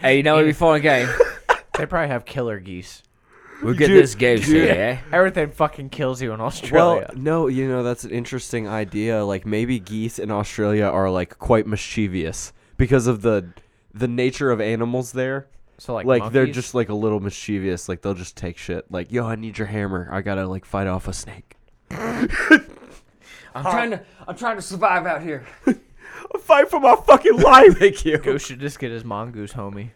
[SPEAKER 3] Hey, you know what? Before a game,
[SPEAKER 7] They probably have killer geese.
[SPEAKER 3] we'll get
[SPEAKER 5] Dude,
[SPEAKER 3] this game eh?
[SPEAKER 5] dude.
[SPEAKER 3] here. Yeah.
[SPEAKER 7] Everything fucking kills you in
[SPEAKER 5] well,
[SPEAKER 7] Australia.
[SPEAKER 5] no, you know that's an interesting idea. Like maybe geese in Australia are like quite mischievous because of the the nature of animals there.
[SPEAKER 7] so like,
[SPEAKER 5] Like, they're
[SPEAKER 7] monkeys?
[SPEAKER 5] just like a little mischievous. Like they'll just take shit. Like yo, I need your hammer. I gotta like fight off a snake.
[SPEAKER 3] I'm trying to. I'm trying to survive out here.
[SPEAKER 5] Fight for my fucking life. Thank you.
[SPEAKER 7] Goose should just get his mongoose, homie.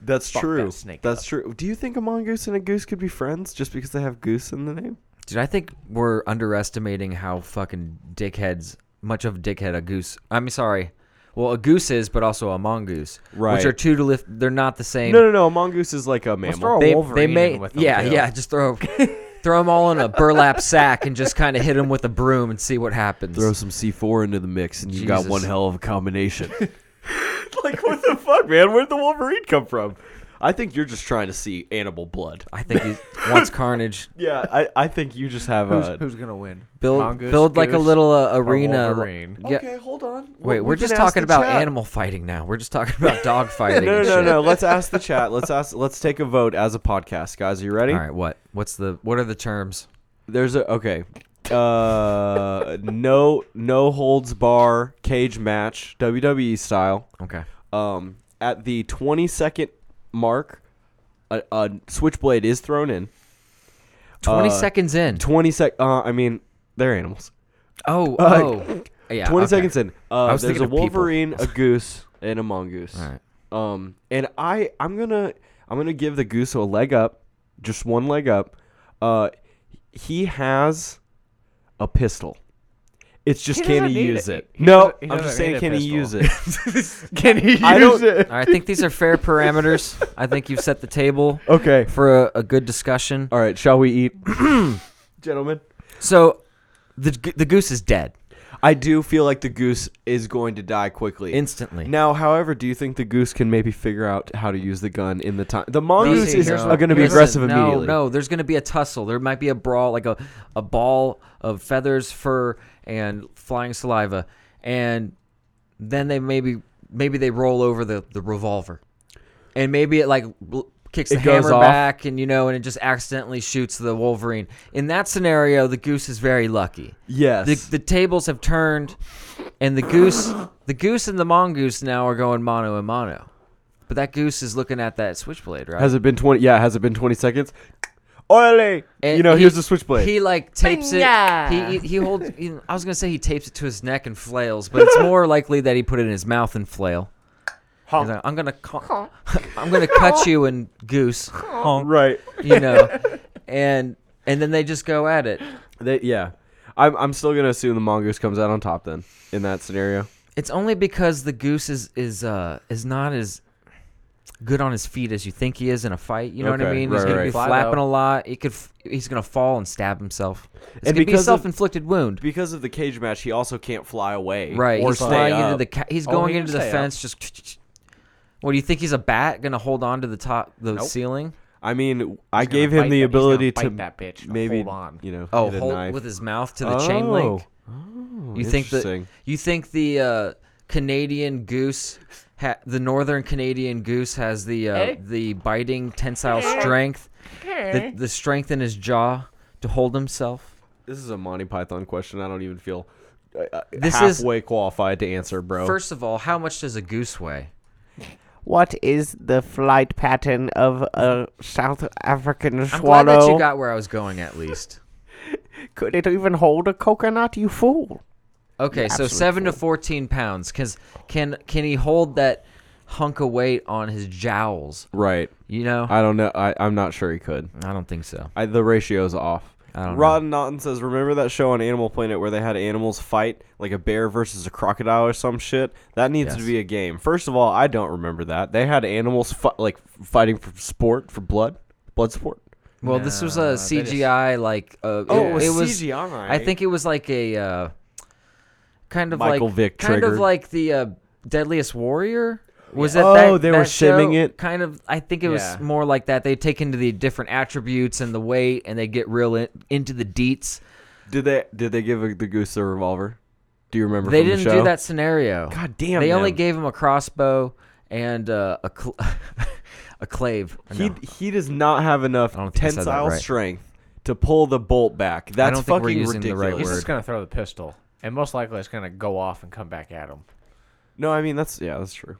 [SPEAKER 5] That's
[SPEAKER 7] Fuck
[SPEAKER 5] true.
[SPEAKER 7] that snake
[SPEAKER 5] That's
[SPEAKER 7] up.
[SPEAKER 5] true. Do you think a mongoose and a goose could be friends just because they have goose in the name?
[SPEAKER 3] Dude, I think we're underestimating how fucking dickheads much of a dickhead a goose. I'm sorry. Well, a goose is, but also a mongoose,
[SPEAKER 5] Right.
[SPEAKER 3] Which are two to lift. They're not the same.
[SPEAKER 5] No, no, no. A mongoose is like a mammal.
[SPEAKER 7] throw a
[SPEAKER 3] they they
[SPEAKER 7] Wolverine
[SPEAKER 3] may.
[SPEAKER 7] in with them,
[SPEAKER 3] yeah,
[SPEAKER 7] too.
[SPEAKER 3] yeah. Just throw, throw them all in a burlap sack and just kind of hit them with a broom and see what happens.
[SPEAKER 5] Throw some C4 into the mix, and you got
[SPEAKER 3] Jesus.
[SPEAKER 5] one hell of a combination. like, what the fuck, man? Where'd the Wolverine come from? I think you're just trying to see animal blood.
[SPEAKER 3] I think he wants carnage.
[SPEAKER 5] Yeah, I, I think you just have
[SPEAKER 7] Who's,
[SPEAKER 5] a.
[SPEAKER 7] who's gonna win?
[SPEAKER 3] Build
[SPEAKER 7] Mongoose,
[SPEAKER 3] build like a
[SPEAKER 7] goose,
[SPEAKER 3] little uh,
[SPEAKER 7] or
[SPEAKER 3] arena.
[SPEAKER 7] Wolverine?
[SPEAKER 3] Yeah.
[SPEAKER 5] Okay, hold on.
[SPEAKER 3] Wait, we're just talking about animal fighting now. We're just talking about dog fighting.
[SPEAKER 5] No, no,
[SPEAKER 3] and
[SPEAKER 5] no,
[SPEAKER 3] shit.
[SPEAKER 5] no. Let's ask the chat. Let's ask. Let's take a vote as a podcast, guys. Are you ready?
[SPEAKER 3] All right, what? What's the? What are the terms?
[SPEAKER 5] There's a okay. Uh, no, no holds bar cage match WWE style.
[SPEAKER 3] Okay.
[SPEAKER 5] Um, at the 22nd mark, a, a switchblade is thrown in.
[SPEAKER 3] Twenty
[SPEAKER 5] Uh,
[SPEAKER 3] seconds in.
[SPEAKER 5] 20 sec. Uh, I mean, they're animals.
[SPEAKER 3] Oh,
[SPEAKER 5] Uh,
[SPEAKER 3] oh. Yeah.
[SPEAKER 5] 20
[SPEAKER 3] okay.
[SPEAKER 5] seconds in. Uh,
[SPEAKER 3] I was
[SPEAKER 5] there's
[SPEAKER 3] thinking
[SPEAKER 5] a
[SPEAKER 3] of people.
[SPEAKER 5] Wolverine, a goose, and a mongoose.
[SPEAKER 3] All right.
[SPEAKER 5] Um, and I, I'm gonna, I'm gonna give the goose a leg up, just one leg up. Uh, he has a pistol. It's just
[SPEAKER 7] He
[SPEAKER 5] can
[SPEAKER 7] doesn't
[SPEAKER 5] he
[SPEAKER 7] need
[SPEAKER 5] use
[SPEAKER 7] it.
[SPEAKER 5] it?
[SPEAKER 7] He
[SPEAKER 5] no,
[SPEAKER 7] doesn't- he
[SPEAKER 5] I'm
[SPEAKER 7] doesn't
[SPEAKER 5] just
[SPEAKER 7] need
[SPEAKER 5] saying,
[SPEAKER 7] a
[SPEAKER 5] can he
[SPEAKER 7] pistol.
[SPEAKER 5] use it?
[SPEAKER 7] Can he use
[SPEAKER 5] I don't.
[SPEAKER 3] All right, I think these are fair parameters. I think you've set the table
[SPEAKER 5] Okay.
[SPEAKER 3] for a, a good discussion.
[SPEAKER 5] All right. Shall we eat, gentlemen?
[SPEAKER 3] So, the g- the goose is dead
[SPEAKER 5] I do feel like the goose is going to die quickly.
[SPEAKER 3] instantly.
[SPEAKER 5] now, however, do you think the goose can maybe figure out how to use the gun in the time? The mongoose
[SPEAKER 3] Listen,
[SPEAKER 5] is
[SPEAKER 3] here's
[SPEAKER 5] uh,
[SPEAKER 3] what-
[SPEAKER 5] going to be
[SPEAKER 3] listen,
[SPEAKER 5] aggressive
[SPEAKER 3] no,
[SPEAKER 5] immediately.
[SPEAKER 3] No, there's going to be a tussle. There might be a brawl, like a, a ball of feathers, fur, and flying saliva, and then they maybe maybe they roll over the, the revolver, and maybe it like bl- kicks the
[SPEAKER 5] It goes
[SPEAKER 3] hammer
[SPEAKER 5] off.
[SPEAKER 3] back, and you know, and it just accidentally shoots the wolverine. In that scenario, the goose is very lucky.
[SPEAKER 5] Yes.
[SPEAKER 3] The, the tables have turned, and the goose, the goose and the mongoose now are going mono and mono. But that goose is looking at that switchblade, right?
[SPEAKER 5] has it been 20? Yeah, has it been 20 seconds? Ole!
[SPEAKER 3] And
[SPEAKER 5] You know,
[SPEAKER 3] he-
[SPEAKER 5] here's the switchblade.
[SPEAKER 3] He like tapes it. He, he he holds. he- I was gonna say he tapes it to his neck and flails, but it's more likely that he put it in his mouth and flail. He's like, I'm gonna ca- I'm gonna cut you and goose,
[SPEAKER 5] right.
[SPEAKER 3] you know, and and then they just go at it.
[SPEAKER 5] They, yeah. I'm, I'm still going to assume the mongoose comes out on top then in that scenario.
[SPEAKER 3] It's only because the goose is is uh is not as good on his feet as you think he is in a fight. You know what I
[SPEAKER 5] Okay,
[SPEAKER 3] mean?
[SPEAKER 5] right,
[SPEAKER 3] he's gonna
[SPEAKER 5] right.
[SPEAKER 3] be
[SPEAKER 7] Flat
[SPEAKER 3] flapping a
[SPEAKER 7] out.
[SPEAKER 3] lot. He could f- he's gonna fall and stab himself. It's
[SPEAKER 5] And
[SPEAKER 3] gonna be a
[SPEAKER 5] because of-
[SPEAKER 3] self-inflicted wound.
[SPEAKER 5] Because of the cage match, he also can't fly away.
[SPEAKER 3] Right,
[SPEAKER 5] Or
[SPEAKER 3] he's
[SPEAKER 5] stay
[SPEAKER 3] flying
[SPEAKER 5] up.
[SPEAKER 3] into the ca- he's
[SPEAKER 7] Oh,
[SPEAKER 3] going
[SPEAKER 7] he can
[SPEAKER 3] into the
[SPEAKER 7] stay up.
[SPEAKER 3] fence. Just what do you think? He's a bat gonna hold on to the top the ceiling?
[SPEAKER 5] I mean, I
[SPEAKER 7] gonna
[SPEAKER 5] gave him
[SPEAKER 7] bite
[SPEAKER 5] the
[SPEAKER 7] that- he's gonna
[SPEAKER 5] ability to
[SPEAKER 7] bite that bitch. Now
[SPEAKER 5] maybe,
[SPEAKER 7] hold on.
[SPEAKER 5] you know,
[SPEAKER 3] Oh,
[SPEAKER 5] get a
[SPEAKER 3] hold
[SPEAKER 5] knife. Oh.
[SPEAKER 3] with his mouth to the chain link. You think the
[SPEAKER 5] interesting.
[SPEAKER 3] you think the uh, Canadian goose, ha- the northern Canadian goose, has the uh, the biting tensile strength, the, the strength in his jaw to hold himself.
[SPEAKER 5] This is a Monty Python question. I don't even feel uh,
[SPEAKER 3] This is-
[SPEAKER 5] halfway qualified to answer, bro.
[SPEAKER 3] First of all, how much does a goose weigh?
[SPEAKER 8] What is the flight pattern of a South African
[SPEAKER 3] I'm
[SPEAKER 8] swallow?
[SPEAKER 3] glad that you got where I was going at least.
[SPEAKER 8] Could it even hold a coconut, you fool?
[SPEAKER 3] Okay, so seven to fourteen pounds. Cause can can he hold that hunk of weight on his jowls?
[SPEAKER 5] right.
[SPEAKER 3] You know, I,
[SPEAKER 5] I don't know. I, I'm not sure he could.
[SPEAKER 3] don't think so.
[SPEAKER 5] I, the ratio's off.
[SPEAKER 3] Mm. I don't know.
[SPEAKER 5] Rod Naughton says, "Remember that show on Animal Planet where they had animals fight, like a bear versus a crocodile or some shit? That needs to
[SPEAKER 3] Yes.
[SPEAKER 5] be a game. First of all, I don't remember that they had animals fi- like fighting for sport, for blood, blood sport.
[SPEAKER 3] Well, this was
[SPEAKER 7] No,
[SPEAKER 3] a
[SPEAKER 7] they just-
[SPEAKER 3] CGI like. Uh,
[SPEAKER 5] Oh, it was
[SPEAKER 3] I
[SPEAKER 5] CGI.
[SPEAKER 3] think it was like a uh, kind of
[SPEAKER 5] Michael
[SPEAKER 3] like
[SPEAKER 5] Vick
[SPEAKER 3] kind
[SPEAKER 5] triggered.
[SPEAKER 3] of like the uh, Deadliest Warrior. Was that
[SPEAKER 5] Oh,
[SPEAKER 3] that-
[SPEAKER 5] they were
[SPEAKER 3] that
[SPEAKER 5] shimming
[SPEAKER 3] show?
[SPEAKER 5] it?
[SPEAKER 3] Kind of. I think it was
[SPEAKER 7] Yeah.
[SPEAKER 3] more like that. They take into the different attributes and the weight, and they get real in, into the deets.
[SPEAKER 5] Did they did they give a, the goose a revolver? Do you remember?
[SPEAKER 3] They
[SPEAKER 5] from the
[SPEAKER 3] didn't
[SPEAKER 5] show?
[SPEAKER 3] do that scenario.
[SPEAKER 5] God damn,
[SPEAKER 3] They only
[SPEAKER 5] man.
[SPEAKER 3] gave him a crossbow and uh, a cl- a clave. Or
[SPEAKER 5] He
[SPEAKER 3] no.
[SPEAKER 5] he does not have enough
[SPEAKER 3] I don't think I said that
[SPEAKER 5] tensile
[SPEAKER 3] right.
[SPEAKER 5] strength to pull the bolt back. That's
[SPEAKER 3] don't think
[SPEAKER 5] fucking
[SPEAKER 3] we're using the
[SPEAKER 5] ridiculous.
[SPEAKER 3] right
[SPEAKER 7] He's
[SPEAKER 3] word.
[SPEAKER 7] just gonna throw the pistol, and most likely it's gonna go off and come back at him.
[SPEAKER 5] No, I mean that's yeah, that's true.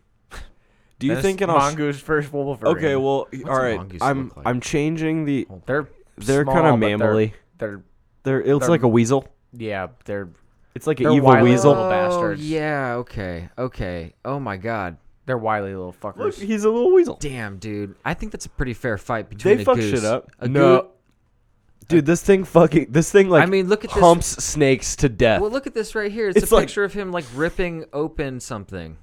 [SPEAKER 5] Do you
[SPEAKER 7] That's
[SPEAKER 5] think in Aust-
[SPEAKER 7] mongoose versus wolverine?
[SPEAKER 5] Okay, well,
[SPEAKER 3] a
[SPEAKER 5] all right.
[SPEAKER 3] mongoose
[SPEAKER 5] I'm
[SPEAKER 3] look like?
[SPEAKER 5] I'm changing the.
[SPEAKER 7] Well, they're
[SPEAKER 5] They're
[SPEAKER 7] small,
[SPEAKER 5] kinda
[SPEAKER 7] but they're-
[SPEAKER 5] mammally.
[SPEAKER 7] They're,
[SPEAKER 5] They're it's
[SPEAKER 7] They're-
[SPEAKER 5] like a weasel.
[SPEAKER 7] yeah, they're
[SPEAKER 5] It's like an
[SPEAKER 7] they're
[SPEAKER 5] evil
[SPEAKER 7] wily
[SPEAKER 5] weasel.
[SPEAKER 7] little
[SPEAKER 5] Oh,
[SPEAKER 7] bastards.
[SPEAKER 3] Oh, yeah. Okay. Okay. Oh my God.
[SPEAKER 7] they're wily little fuckers.
[SPEAKER 5] Look, Oh, he's a little weasel.
[SPEAKER 3] Damn, dude. I think that's a pretty fair fight between
[SPEAKER 5] They
[SPEAKER 3] a
[SPEAKER 5] fuck
[SPEAKER 3] goose.
[SPEAKER 5] shit up.
[SPEAKER 3] A
[SPEAKER 5] no,
[SPEAKER 3] goo-
[SPEAKER 5] dude, this thing fucking this thing like
[SPEAKER 3] I mean, look at this-
[SPEAKER 5] humps snakes to death.
[SPEAKER 3] Well, look at this right here. It's,
[SPEAKER 5] It's
[SPEAKER 3] a
[SPEAKER 5] like-
[SPEAKER 3] picture of him like ripping open something.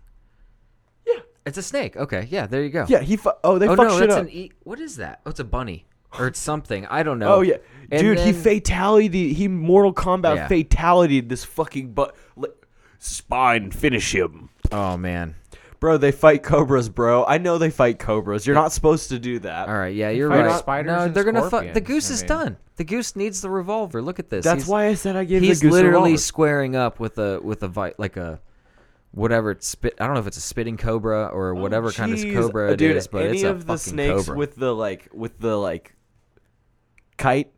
[SPEAKER 3] Yeah. It's a snake. Okay. Yeah. There you go.
[SPEAKER 5] yeah, he fu- oh they
[SPEAKER 3] Oh
[SPEAKER 5] fuck
[SPEAKER 3] no,
[SPEAKER 5] shit
[SPEAKER 3] that's
[SPEAKER 5] up.
[SPEAKER 3] an e- what is that? Oh, it's a bunny or it's something. I don't know.
[SPEAKER 5] Oh yeah,
[SPEAKER 3] And
[SPEAKER 5] dude, he
[SPEAKER 3] then-
[SPEAKER 5] fatality. He Mortal Kombat
[SPEAKER 3] Yeah.
[SPEAKER 5] fatality. This fucking butt li- spine finish him,
[SPEAKER 3] Oh man.
[SPEAKER 5] bro. They fight cobras, bro. I know they fight cobras. You're not supposed to do that.
[SPEAKER 3] All right. Yeah, you're
[SPEAKER 7] fight
[SPEAKER 3] right.
[SPEAKER 7] spiders
[SPEAKER 3] no,
[SPEAKER 7] and
[SPEAKER 3] they're gonna fuck. The
[SPEAKER 7] scorpions,
[SPEAKER 3] goose
[SPEAKER 7] I
[SPEAKER 3] is
[SPEAKER 7] mean.
[SPEAKER 3] done. The goose needs the revolver. Look at this.
[SPEAKER 5] That's
[SPEAKER 3] He's-
[SPEAKER 5] why I said I gave
[SPEAKER 3] he's
[SPEAKER 5] the goose
[SPEAKER 3] literally
[SPEAKER 5] a revolver.
[SPEAKER 3] squaring up with a with a vi- like a whatever it's spit. I don't know if it's a spitting cobra or whatever kind of
[SPEAKER 5] Oh, Jeez, Uh,
[SPEAKER 3] cobra it is,
[SPEAKER 5] dude,
[SPEAKER 3] but
[SPEAKER 5] any
[SPEAKER 3] it's a
[SPEAKER 5] of the
[SPEAKER 3] fucking
[SPEAKER 5] snakes
[SPEAKER 3] cobra.
[SPEAKER 5] with the like with the like kite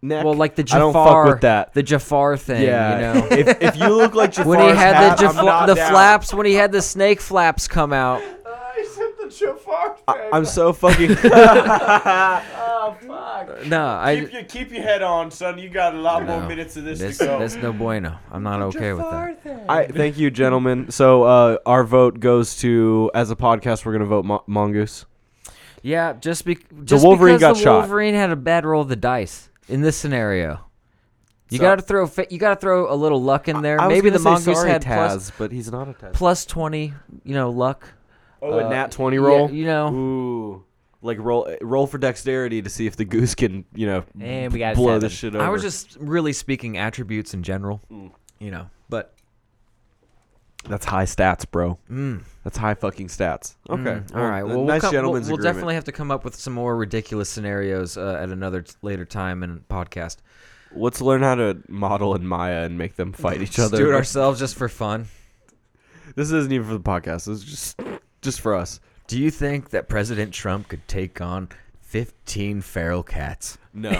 [SPEAKER 5] neck.
[SPEAKER 3] well, like the Jafar,
[SPEAKER 5] I don't fuck with that.
[SPEAKER 3] the Jafar thing.
[SPEAKER 5] yeah,
[SPEAKER 3] you know.
[SPEAKER 5] if, if you look like Jafar's
[SPEAKER 3] When he had
[SPEAKER 5] hat,
[SPEAKER 3] the
[SPEAKER 5] I'm
[SPEAKER 3] Jafar,
[SPEAKER 5] not
[SPEAKER 3] the
[SPEAKER 5] down.
[SPEAKER 3] flaps, when he had the snake flaps come out,
[SPEAKER 5] I, I'm so fucking.
[SPEAKER 3] no, I
[SPEAKER 5] your keep your head on, son. You got a lot
[SPEAKER 3] No.
[SPEAKER 5] of this,
[SPEAKER 3] That's, that's no bueno. I'm not okay with that.
[SPEAKER 5] I thank you, gentlemen. So uh, our vote goes to as a podcast. We're gonna vote Mo- mongoose.
[SPEAKER 3] Yeah, just, be, just
[SPEAKER 5] Wolverine
[SPEAKER 3] because
[SPEAKER 5] got
[SPEAKER 3] the
[SPEAKER 5] shot.
[SPEAKER 3] Wolverine had a bad roll of the dice in this scenario. You got to throw fa- you got to throw a little luck in there.
[SPEAKER 5] I was
[SPEAKER 3] Maybe the
[SPEAKER 5] gonna say
[SPEAKER 3] mongoose
[SPEAKER 5] sorry,
[SPEAKER 3] had
[SPEAKER 5] Taz,
[SPEAKER 3] plus,
[SPEAKER 5] but he's not a Taz.
[SPEAKER 3] plus twenty, you know, luck.
[SPEAKER 5] Oh, a nat twenty
[SPEAKER 3] yeah,
[SPEAKER 5] roll.
[SPEAKER 3] you know.
[SPEAKER 5] Ooh, like roll roll for dexterity to see if the goose can you know
[SPEAKER 7] And we got a
[SPEAKER 5] blow
[SPEAKER 7] seven.
[SPEAKER 5] this shit over. Hmm.
[SPEAKER 3] I was just really speaking attributes in general, you know. But
[SPEAKER 5] that's high stats, bro. That's high fucking stats. Okay,
[SPEAKER 3] Mm, all right, well, we'll,
[SPEAKER 5] nice
[SPEAKER 3] come- we'll,
[SPEAKER 5] gentleman's
[SPEAKER 3] we'll
[SPEAKER 5] agreement.
[SPEAKER 3] definitely have to come up with some more ridiculous scenarios uh, at another t- later time in podcast.
[SPEAKER 5] Let's learn how to model in Maya and make them fight each
[SPEAKER 3] Just
[SPEAKER 5] other.
[SPEAKER 3] do it ourselves just for fun.
[SPEAKER 5] This isn't even for the podcast. This is just just for us.
[SPEAKER 3] Do you think that President Trump could take on 15 feral cats?
[SPEAKER 5] No.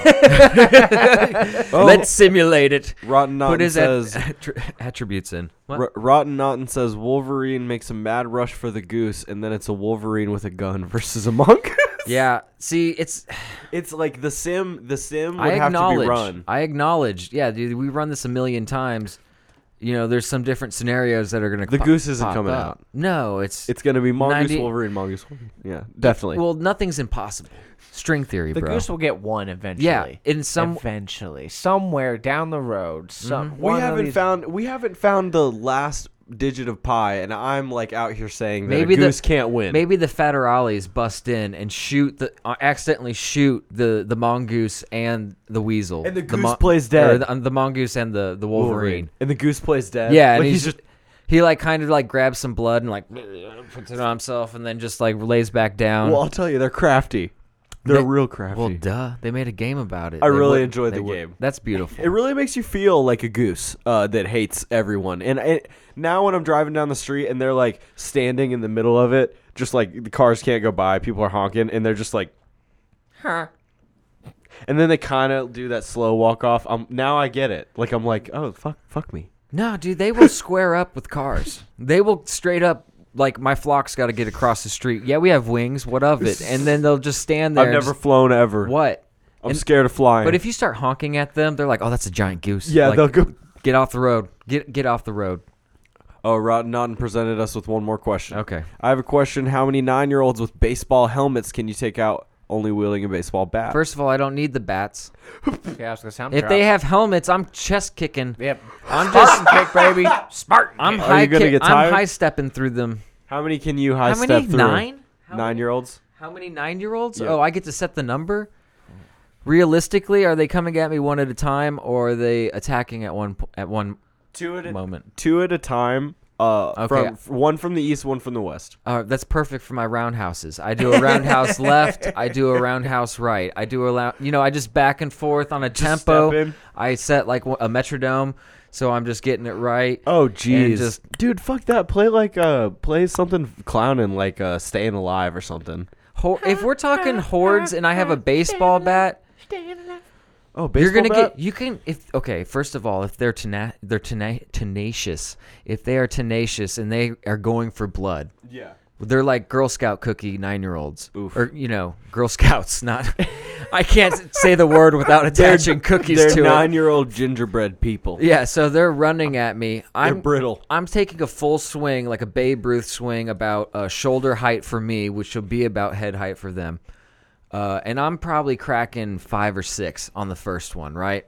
[SPEAKER 3] Let's simulate it.
[SPEAKER 5] Rotten
[SPEAKER 3] Put
[SPEAKER 5] Naughten
[SPEAKER 3] his at-
[SPEAKER 5] Oh. says
[SPEAKER 3] attr- attributes in. What?
[SPEAKER 5] R- Rotten Naughten says Wolverine makes a mad rush for the goose, and then it's a Wolverine with a gun versus a monk.
[SPEAKER 3] yeah. See, it's.
[SPEAKER 5] it's like the sim. The sim would
[SPEAKER 3] I
[SPEAKER 5] have to be
[SPEAKER 3] acknowledge.
[SPEAKER 5] run.
[SPEAKER 3] I acknowledge. Yeah, dude, we run this a million times. You know, there's some different scenarios that are going to.
[SPEAKER 5] The goose isn't coming out.
[SPEAKER 3] No, it's.
[SPEAKER 5] It's gonna be mongoose
[SPEAKER 3] 90
[SPEAKER 5] Wolverine, mongoose Wolverine. Yeah, definitely.
[SPEAKER 3] well, nothing's impossible. String theory,
[SPEAKER 7] The
[SPEAKER 3] bro.
[SPEAKER 7] goose will get one eventually.
[SPEAKER 3] in some-
[SPEAKER 7] eventually somewhere down the road. Some
[SPEAKER 5] Mm-hmm. we
[SPEAKER 7] one of
[SPEAKER 5] haven't
[SPEAKER 7] these-
[SPEAKER 5] found we haven't found the last digit of pi, and I'm like out here saying that
[SPEAKER 3] Maybe
[SPEAKER 5] a
[SPEAKER 3] the-
[SPEAKER 5] goose can't win.
[SPEAKER 3] Maybe the Federales bust in and shoot the uh, accidentally shoot the the mongoose and the weasel.
[SPEAKER 5] And the goose
[SPEAKER 3] mon-
[SPEAKER 5] plays
[SPEAKER 3] or
[SPEAKER 5] dead.
[SPEAKER 3] the, um, the mongoose and the the Wolverine.
[SPEAKER 5] and the goose plays dead.
[SPEAKER 3] Yeah, and
[SPEAKER 5] Like,
[SPEAKER 3] he's, just he like kind of like grabs some blood and like puts it on himself and then just like lays back down.
[SPEAKER 5] Well, I'll tell you, they're crafty. They're
[SPEAKER 3] They-
[SPEAKER 5] real crafty.
[SPEAKER 3] Well, duh. They made a game about it.
[SPEAKER 5] I
[SPEAKER 3] They
[SPEAKER 5] really
[SPEAKER 3] would-
[SPEAKER 5] enjoyed
[SPEAKER 3] they
[SPEAKER 5] the
[SPEAKER 3] would-
[SPEAKER 5] game.
[SPEAKER 3] That's beautiful.
[SPEAKER 5] It really makes you feel like a goose uh, that hates everyone. And I, now when I'm driving down the street and they're like standing in the middle of it, just like the cars can't go by, people are honking, and they're just like, huh. And then they kind of do that slow walk off. Um, now I get it. Like I'm like, oh fuck, fuck me.
[SPEAKER 3] No, dude, they will square up with cars. They will straight up like my flock's got to get across the street. Yeah, we have wings. What of it? And then they'll just stand there.
[SPEAKER 5] I've
[SPEAKER 3] and
[SPEAKER 5] never
[SPEAKER 3] just-
[SPEAKER 5] flown ever.
[SPEAKER 3] what?
[SPEAKER 5] I'm
[SPEAKER 3] And-
[SPEAKER 5] scared of flying.
[SPEAKER 3] But if you start honking at them, they're like, "Oh, that's a giant goose."
[SPEAKER 5] yeah,
[SPEAKER 3] Like,
[SPEAKER 5] they'll go.
[SPEAKER 3] Get off the road. Get get off the road.
[SPEAKER 5] Oh, Rotten Naughton presented us with one more question.
[SPEAKER 3] Okay.
[SPEAKER 5] I have a question. How many nine-year-olds with baseball helmets can you take out only wielding a baseball bat?
[SPEAKER 3] First of all, I don't need the bats.
[SPEAKER 7] Okay, I was gonna say, I'm
[SPEAKER 3] If they
[SPEAKER 7] dropped.
[SPEAKER 3] have helmets, I'm chest kicking.
[SPEAKER 7] yep,
[SPEAKER 3] I'm just
[SPEAKER 7] kick baby, Spartan.
[SPEAKER 3] I'm
[SPEAKER 5] Are
[SPEAKER 3] high
[SPEAKER 5] you gonna
[SPEAKER 3] kick-
[SPEAKER 5] get
[SPEAKER 3] I'm
[SPEAKER 5] tired?
[SPEAKER 3] high stepping through them.
[SPEAKER 5] How many can you high
[SPEAKER 3] How many?
[SPEAKER 5] step through?
[SPEAKER 3] Nine? How
[SPEAKER 5] Nine year olds?
[SPEAKER 3] How many nine year olds?
[SPEAKER 5] Yeah.
[SPEAKER 3] Oh, I get to set the number. Realistically, are they coming at me one at a time, or are they attacking at one po- at one
[SPEAKER 5] Two at
[SPEAKER 3] moment?
[SPEAKER 5] Two at a time. Uh,
[SPEAKER 3] Okay.
[SPEAKER 5] from f- one from the east, one from the west.
[SPEAKER 3] Uh, that's perfect for my roundhouses. I do a roundhouse left. I do a roundhouse right. I do a lou- you know I just back and forth on a
[SPEAKER 5] Just
[SPEAKER 3] tempo.
[SPEAKER 5] step in.
[SPEAKER 3] I set like w- a metrodome. so I'm just getting it right.
[SPEAKER 5] Oh jeez,
[SPEAKER 3] just-
[SPEAKER 5] dude, fuck that. Play like uh, play something clowning like uh, staying alive or something.
[SPEAKER 3] Ho- if we're talking hordes and I have a baseball bat,
[SPEAKER 5] Oh,
[SPEAKER 3] you're
[SPEAKER 5] baseball
[SPEAKER 3] gonna
[SPEAKER 5] bat?
[SPEAKER 3] get you can if okay. First of all, if they're tena- they're tena- tenacious, if they are tenacious and they are going for blood,
[SPEAKER 5] yeah.
[SPEAKER 3] they're like Girl Scout cookie nine year olds, or you know, Girl Scouts. Not I can't say the word without attaching cookies
[SPEAKER 5] They're
[SPEAKER 3] to it.
[SPEAKER 5] nine-year-old gingerbread people.
[SPEAKER 3] Yeah, so they're running at me. I'm
[SPEAKER 5] brittle.
[SPEAKER 3] I'm taking a full swing, like a Babe Ruth swing, about uh, shoulder height for me, which will be about head height for them. Uh, and I'm probably cracking five or six on the first one, right?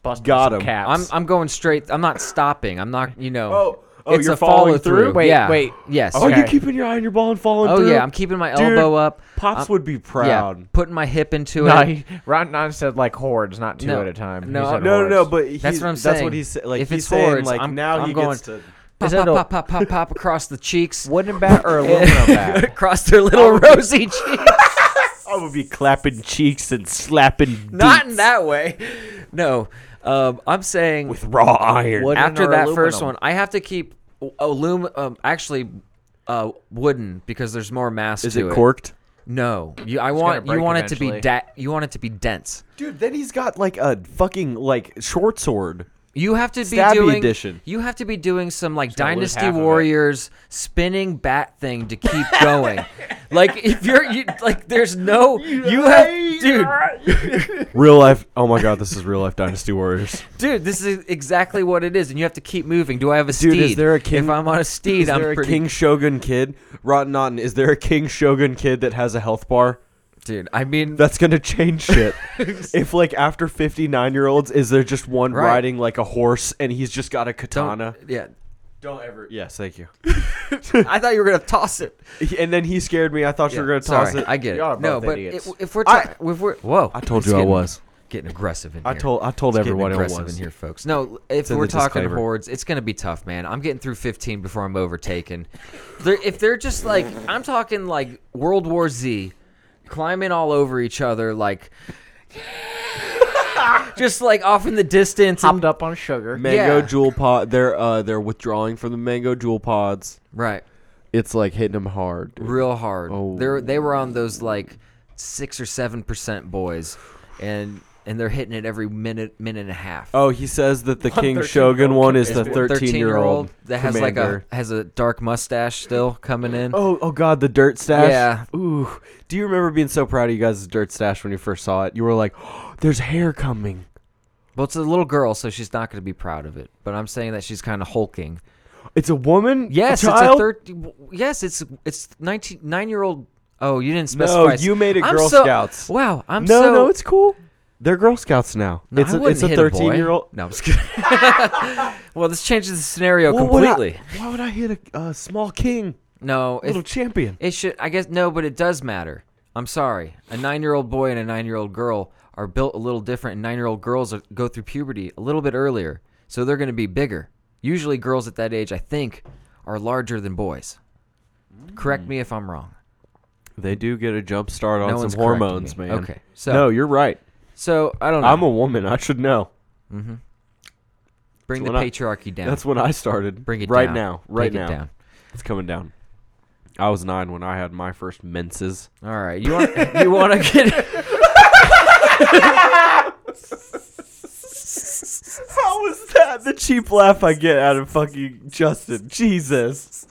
[SPEAKER 7] Busting
[SPEAKER 5] Got
[SPEAKER 7] some
[SPEAKER 5] him.
[SPEAKER 7] caps.
[SPEAKER 3] I'm I'm going straight. I'm not stopping. I'm not, you know.
[SPEAKER 5] Oh, oh,
[SPEAKER 3] it's
[SPEAKER 5] you're
[SPEAKER 3] a follow
[SPEAKER 5] following through?
[SPEAKER 3] through.
[SPEAKER 7] Wait,
[SPEAKER 3] yeah.
[SPEAKER 7] wait.
[SPEAKER 3] Yes.
[SPEAKER 5] Oh, you're
[SPEAKER 7] Okay.
[SPEAKER 5] keeping your eye on your ball and following
[SPEAKER 3] Oh
[SPEAKER 5] through.
[SPEAKER 3] yeah, I'm keeping my
[SPEAKER 5] Dude,
[SPEAKER 3] elbow up.
[SPEAKER 5] Pops
[SPEAKER 3] I'm-
[SPEAKER 5] would be proud.
[SPEAKER 3] Yeah, putting my hip into
[SPEAKER 7] No,
[SPEAKER 3] it.
[SPEAKER 7] he, Ron, Ron said like hordes, not two
[SPEAKER 3] No,
[SPEAKER 7] at a time.
[SPEAKER 3] no,
[SPEAKER 7] he said
[SPEAKER 5] No, no, no.
[SPEAKER 7] hordes.
[SPEAKER 5] But he,
[SPEAKER 3] That's what I'm
[SPEAKER 5] That's
[SPEAKER 3] saying.
[SPEAKER 5] what he's sa- like.
[SPEAKER 3] If
[SPEAKER 5] he's
[SPEAKER 3] it's
[SPEAKER 5] saying
[SPEAKER 3] hordes,
[SPEAKER 5] like
[SPEAKER 3] I'm-
[SPEAKER 5] now
[SPEAKER 3] I'm
[SPEAKER 5] he
[SPEAKER 3] going-
[SPEAKER 5] gets to.
[SPEAKER 3] pop,
[SPEAKER 7] Is that
[SPEAKER 3] pop,
[SPEAKER 7] a-
[SPEAKER 3] pop, pop, pop, pop across the cheeks,
[SPEAKER 7] wooden bat or aluminum bat?
[SPEAKER 3] across their little
[SPEAKER 7] Oh.
[SPEAKER 3] rosy cheeks.
[SPEAKER 5] I would be clapping cheeks and slapping.
[SPEAKER 3] Not in
[SPEAKER 5] deets
[SPEAKER 3] that way. No, um, I'm saying
[SPEAKER 5] with raw iron.
[SPEAKER 7] Wooden
[SPEAKER 3] after
[SPEAKER 7] or
[SPEAKER 3] that first
[SPEAKER 7] aluminum?
[SPEAKER 3] one, I have to keep alum. Um, actually, uh, wooden because there's more mass
[SPEAKER 5] Is
[SPEAKER 3] to
[SPEAKER 5] it corked?
[SPEAKER 3] No, you. I
[SPEAKER 7] gonna
[SPEAKER 3] want you
[SPEAKER 7] break
[SPEAKER 3] want it to be
[SPEAKER 7] eventually.
[SPEAKER 3] da- You want it to be dense.
[SPEAKER 5] Dude, then he's got like a fucking like short sword.
[SPEAKER 3] You have to be
[SPEAKER 5] Stabby
[SPEAKER 3] doing.
[SPEAKER 5] edition.
[SPEAKER 3] You have to be doing some like
[SPEAKER 7] gonna lose
[SPEAKER 3] Dynasty
[SPEAKER 7] half of it.
[SPEAKER 3] Warriors spinning bat thing to keep going. like if you're you, like, there's no you have dude
[SPEAKER 5] Real life. Oh my god, this is real life Dynasty Warriors.
[SPEAKER 3] dude. This is exactly what it is, and you have to keep moving. Do I have a
[SPEAKER 5] Dude,
[SPEAKER 3] steed?
[SPEAKER 5] is there a king-
[SPEAKER 3] If I'm on a steed,
[SPEAKER 5] Is there
[SPEAKER 3] I'm
[SPEAKER 5] a
[SPEAKER 3] pretty.
[SPEAKER 5] King Shogun kid? Rotten Otten, is there a King Shogun kid that has a health bar?
[SPEAKER 3] Dude, I mean,
[SPEAKER 5] That's gonna change shit. if like after fifty nine year olds, is there just one
[SPEAKER 3] Right.
[SPEAKER 5] riding like a horse and he's just got a
[SPEAKER 3] don't-
[SPEAKER 5] katana?
[SPEAKER 3] yeah.
[SPEAKER 5] Don't ever. Yes, thank you.
[SPEAKER 3] I thought you were gonna toss it.
[SPEAKER 5] and then he scared me. I thought you were gonna toss
[SPEAKER 3] Sorry,
[SPEAKER 5] it.
[SPEAKER 3] I get
[SPEAKER 7] Y'all are
[SPEAKER 3] it. No,
[SPEAKER 7] both
[SPEAKER 3] but
[SPEAKER 7] idiots.
[SPEAKER 3] if, if we're ta- if we're whoa,
[SPEAKER 5] I told
[SPEAKER 3] it's
[SPEAKER 5] you I
[SPEAKER 3] getting-
[SPEAKER 5] was.
[SPEAKER 3] getting aggressive in
[SPEAKER 5] I
[SPEAKER 3] here.
[SPEAKER 5] told I told
[SPEAKER 3] It's getting
[SPEAKER 5] everyone it
[SPEAKER 3] aggressive
[SPEAKER 5] was.
[SPEAKER 3] in here, folks. No, if
[SPEAKER 5] in
[SPEAKER 3] we're
[SPEAKER 5] the
[SPEAKER 3] talking
[SPEAKER 5] disclaimer.
[SPEAKER 3] hordes, it's gonna be tough, man. I'm getting through 15 before I'm overtaken. They're, if they're just like I'm talking like World War Z, climbing all over each other like. Just like off in the distance, and-
[SPEAKER 7] Hopped up on sugar.
[SPEAKER 5] Mango
[SPEAKER 3] Yeah.
[SPEAKER 5] jewel pod. They're uh they're withdrawing from the mango jewel pods.
[SPEAKER 3] right?
[SPEAKER 5] It's like hitting them hard. dude.
[SPEAKER 3] real hard.
[SPEAKER 5] Oh.
[SPEAKER 3] They're they were on those like six or seven percent boys, and and they're hitting it every minute minute and a half.
[SPEAKER 5] Oh, he says that the King
[SPEAKER 7] 13-year-old
[SPEAKER 5] Shogun one is
[SPEAKER 7] kid
[SPEAKER 5] the
[SPEAKER 7] is
[SPEAKER 5] thirteen year old
[SPEAKER 3] that has like a has a dark mustache still coming in.
[SPEAKER 5] Oh, oh God, the dirt stash.
[SPEAKER 3] Yeah.
[SPEAKER 5] Ooh. Do you remember being so proud of you guys' dirt stash when you first saw it? You were like, oh, "There's hair coming."
[SPEAKER 3] Well, it's a little girl, so she's not going to be proud of it. But I'm saying that she's kind of hulking.
[SPEAKER 5] It's a woman.
[SPEAKER 3] Yes,
[SPEAKER 5] a
[SPEAKER 3] it's a
[SPEAKER 5] child?
[SPEAKER 3] thirty. Yes, it's it's nineteen nine year old. Oh, you didn't
[SPEAKER 5] No,
[SPEAKER 3] specify.
[SPEAKER 5] you made it
[SPEAKER 3] I'm
[SPEAKER 5] Girl
[SPEAKER 3] so-
[SPEAKER 5] Scouts.
[SPEAKER 3] Wow, I'm
[SPEAKER 5] no,
[SPEAKER 3] so.
[SPEAKER 5] no, it's cool. They're Girl Scouts now.
[SPEAKER 3] No,
[SPEAKER 5] it's
[SPEAKER 3] I
[SPEAKER 5] a,
[SPEAKER 3] wouldn't
[SPEAKER 5] it's a
[SPEAKER 3] hit boy.
[SPEAKER 5] thirteen year old.
[SPEAKER 3] No, I'm just kidding. well, this changes the scenario
[SPEAKER 5] would I-
[SPEAKER 3] completely.
[SPEAKER 5] why would I hit a, a small king,
[SPEAKER 3] No,
[SPEAKER 5] little
[SPEAKER 3] it's,
[SPEAKER 5] champion?
[SPEAKER 3] It should, I guess, no, but it does matter. I'm sorry. A nine year old boy and a nine year old girl are built a little different, and nine year old girls are- go through puberty a little bit earlier, so they're going to be bigger. Usually, girls at that age, I think, are larger than boys. Correct me if I'm wrong.
[SPEAKER 5] They do get a jump start on
[SPEAKER 3] No
[SPEAKER 5] some
[SPEAKER 3] one's correcting
[SPEAKER 5] hormones,
[SPEAKER 3] me.
[SPEAKER 5] man.
[SPEAKER 3] Okay, so-
[SPEAKER 5] no, you're right.
[SPEAKER 3] So I don't know.
[SPEAKER 5] I'm a woman. I should know.
[SPEAKER 3] Bring the
[SPEAKER 5] when I-
[SPEAKER 3] patriarchy down.
[SPEAKER 5] That's when I started.
[SPEAKER 3] Bring it
[SPEAKER 5] right
[SPEAKER 3] down.
[SPEAKER 5] now. Right
[SPEAKER 3] Take it
[SPEAKER 5] now.
[SPEAKER 3] down.
[SPEAKER 5] It's coming down. I was nine when I had my first menses.
[SPEAKER 3] All right, you want you want to get
[SPEAKER 5] How is that the cheap laugh I get out of fucking Justin? Jesus.